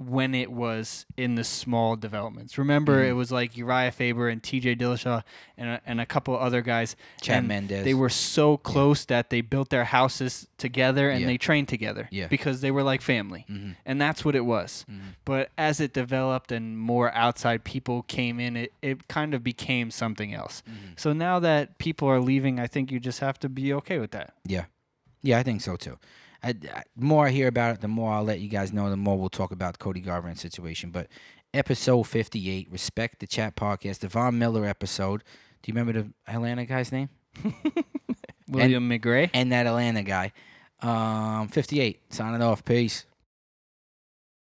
when it was in the small developments. Remember, Mm-hmm. it was like Uriah Faber and T.J. Dillashaw and a, and a couple other guys. Chad and Mendes. They were so close that they built their houses together and Yeah. they trained together Yeah. Mm-hmm. because they were like family, and that's what it was. But as it developed and more outside people came in, it it kind of became something else. Mm-hmm. So now that people are leaving, I think you just have to be okay with that. [LAUGHS] Yeah, yeah, I think so too. I, I- more I hear about it, the more I'll let you guys know. The more we'll talk about Cody Garbrandt's situation. But episode fifty-eight, respect the chat podcast, the Von Miller episode. Do you remember the Atlanta guy's name? William McGray. and that Atlanta guy. Um, 58, signing off. Peace.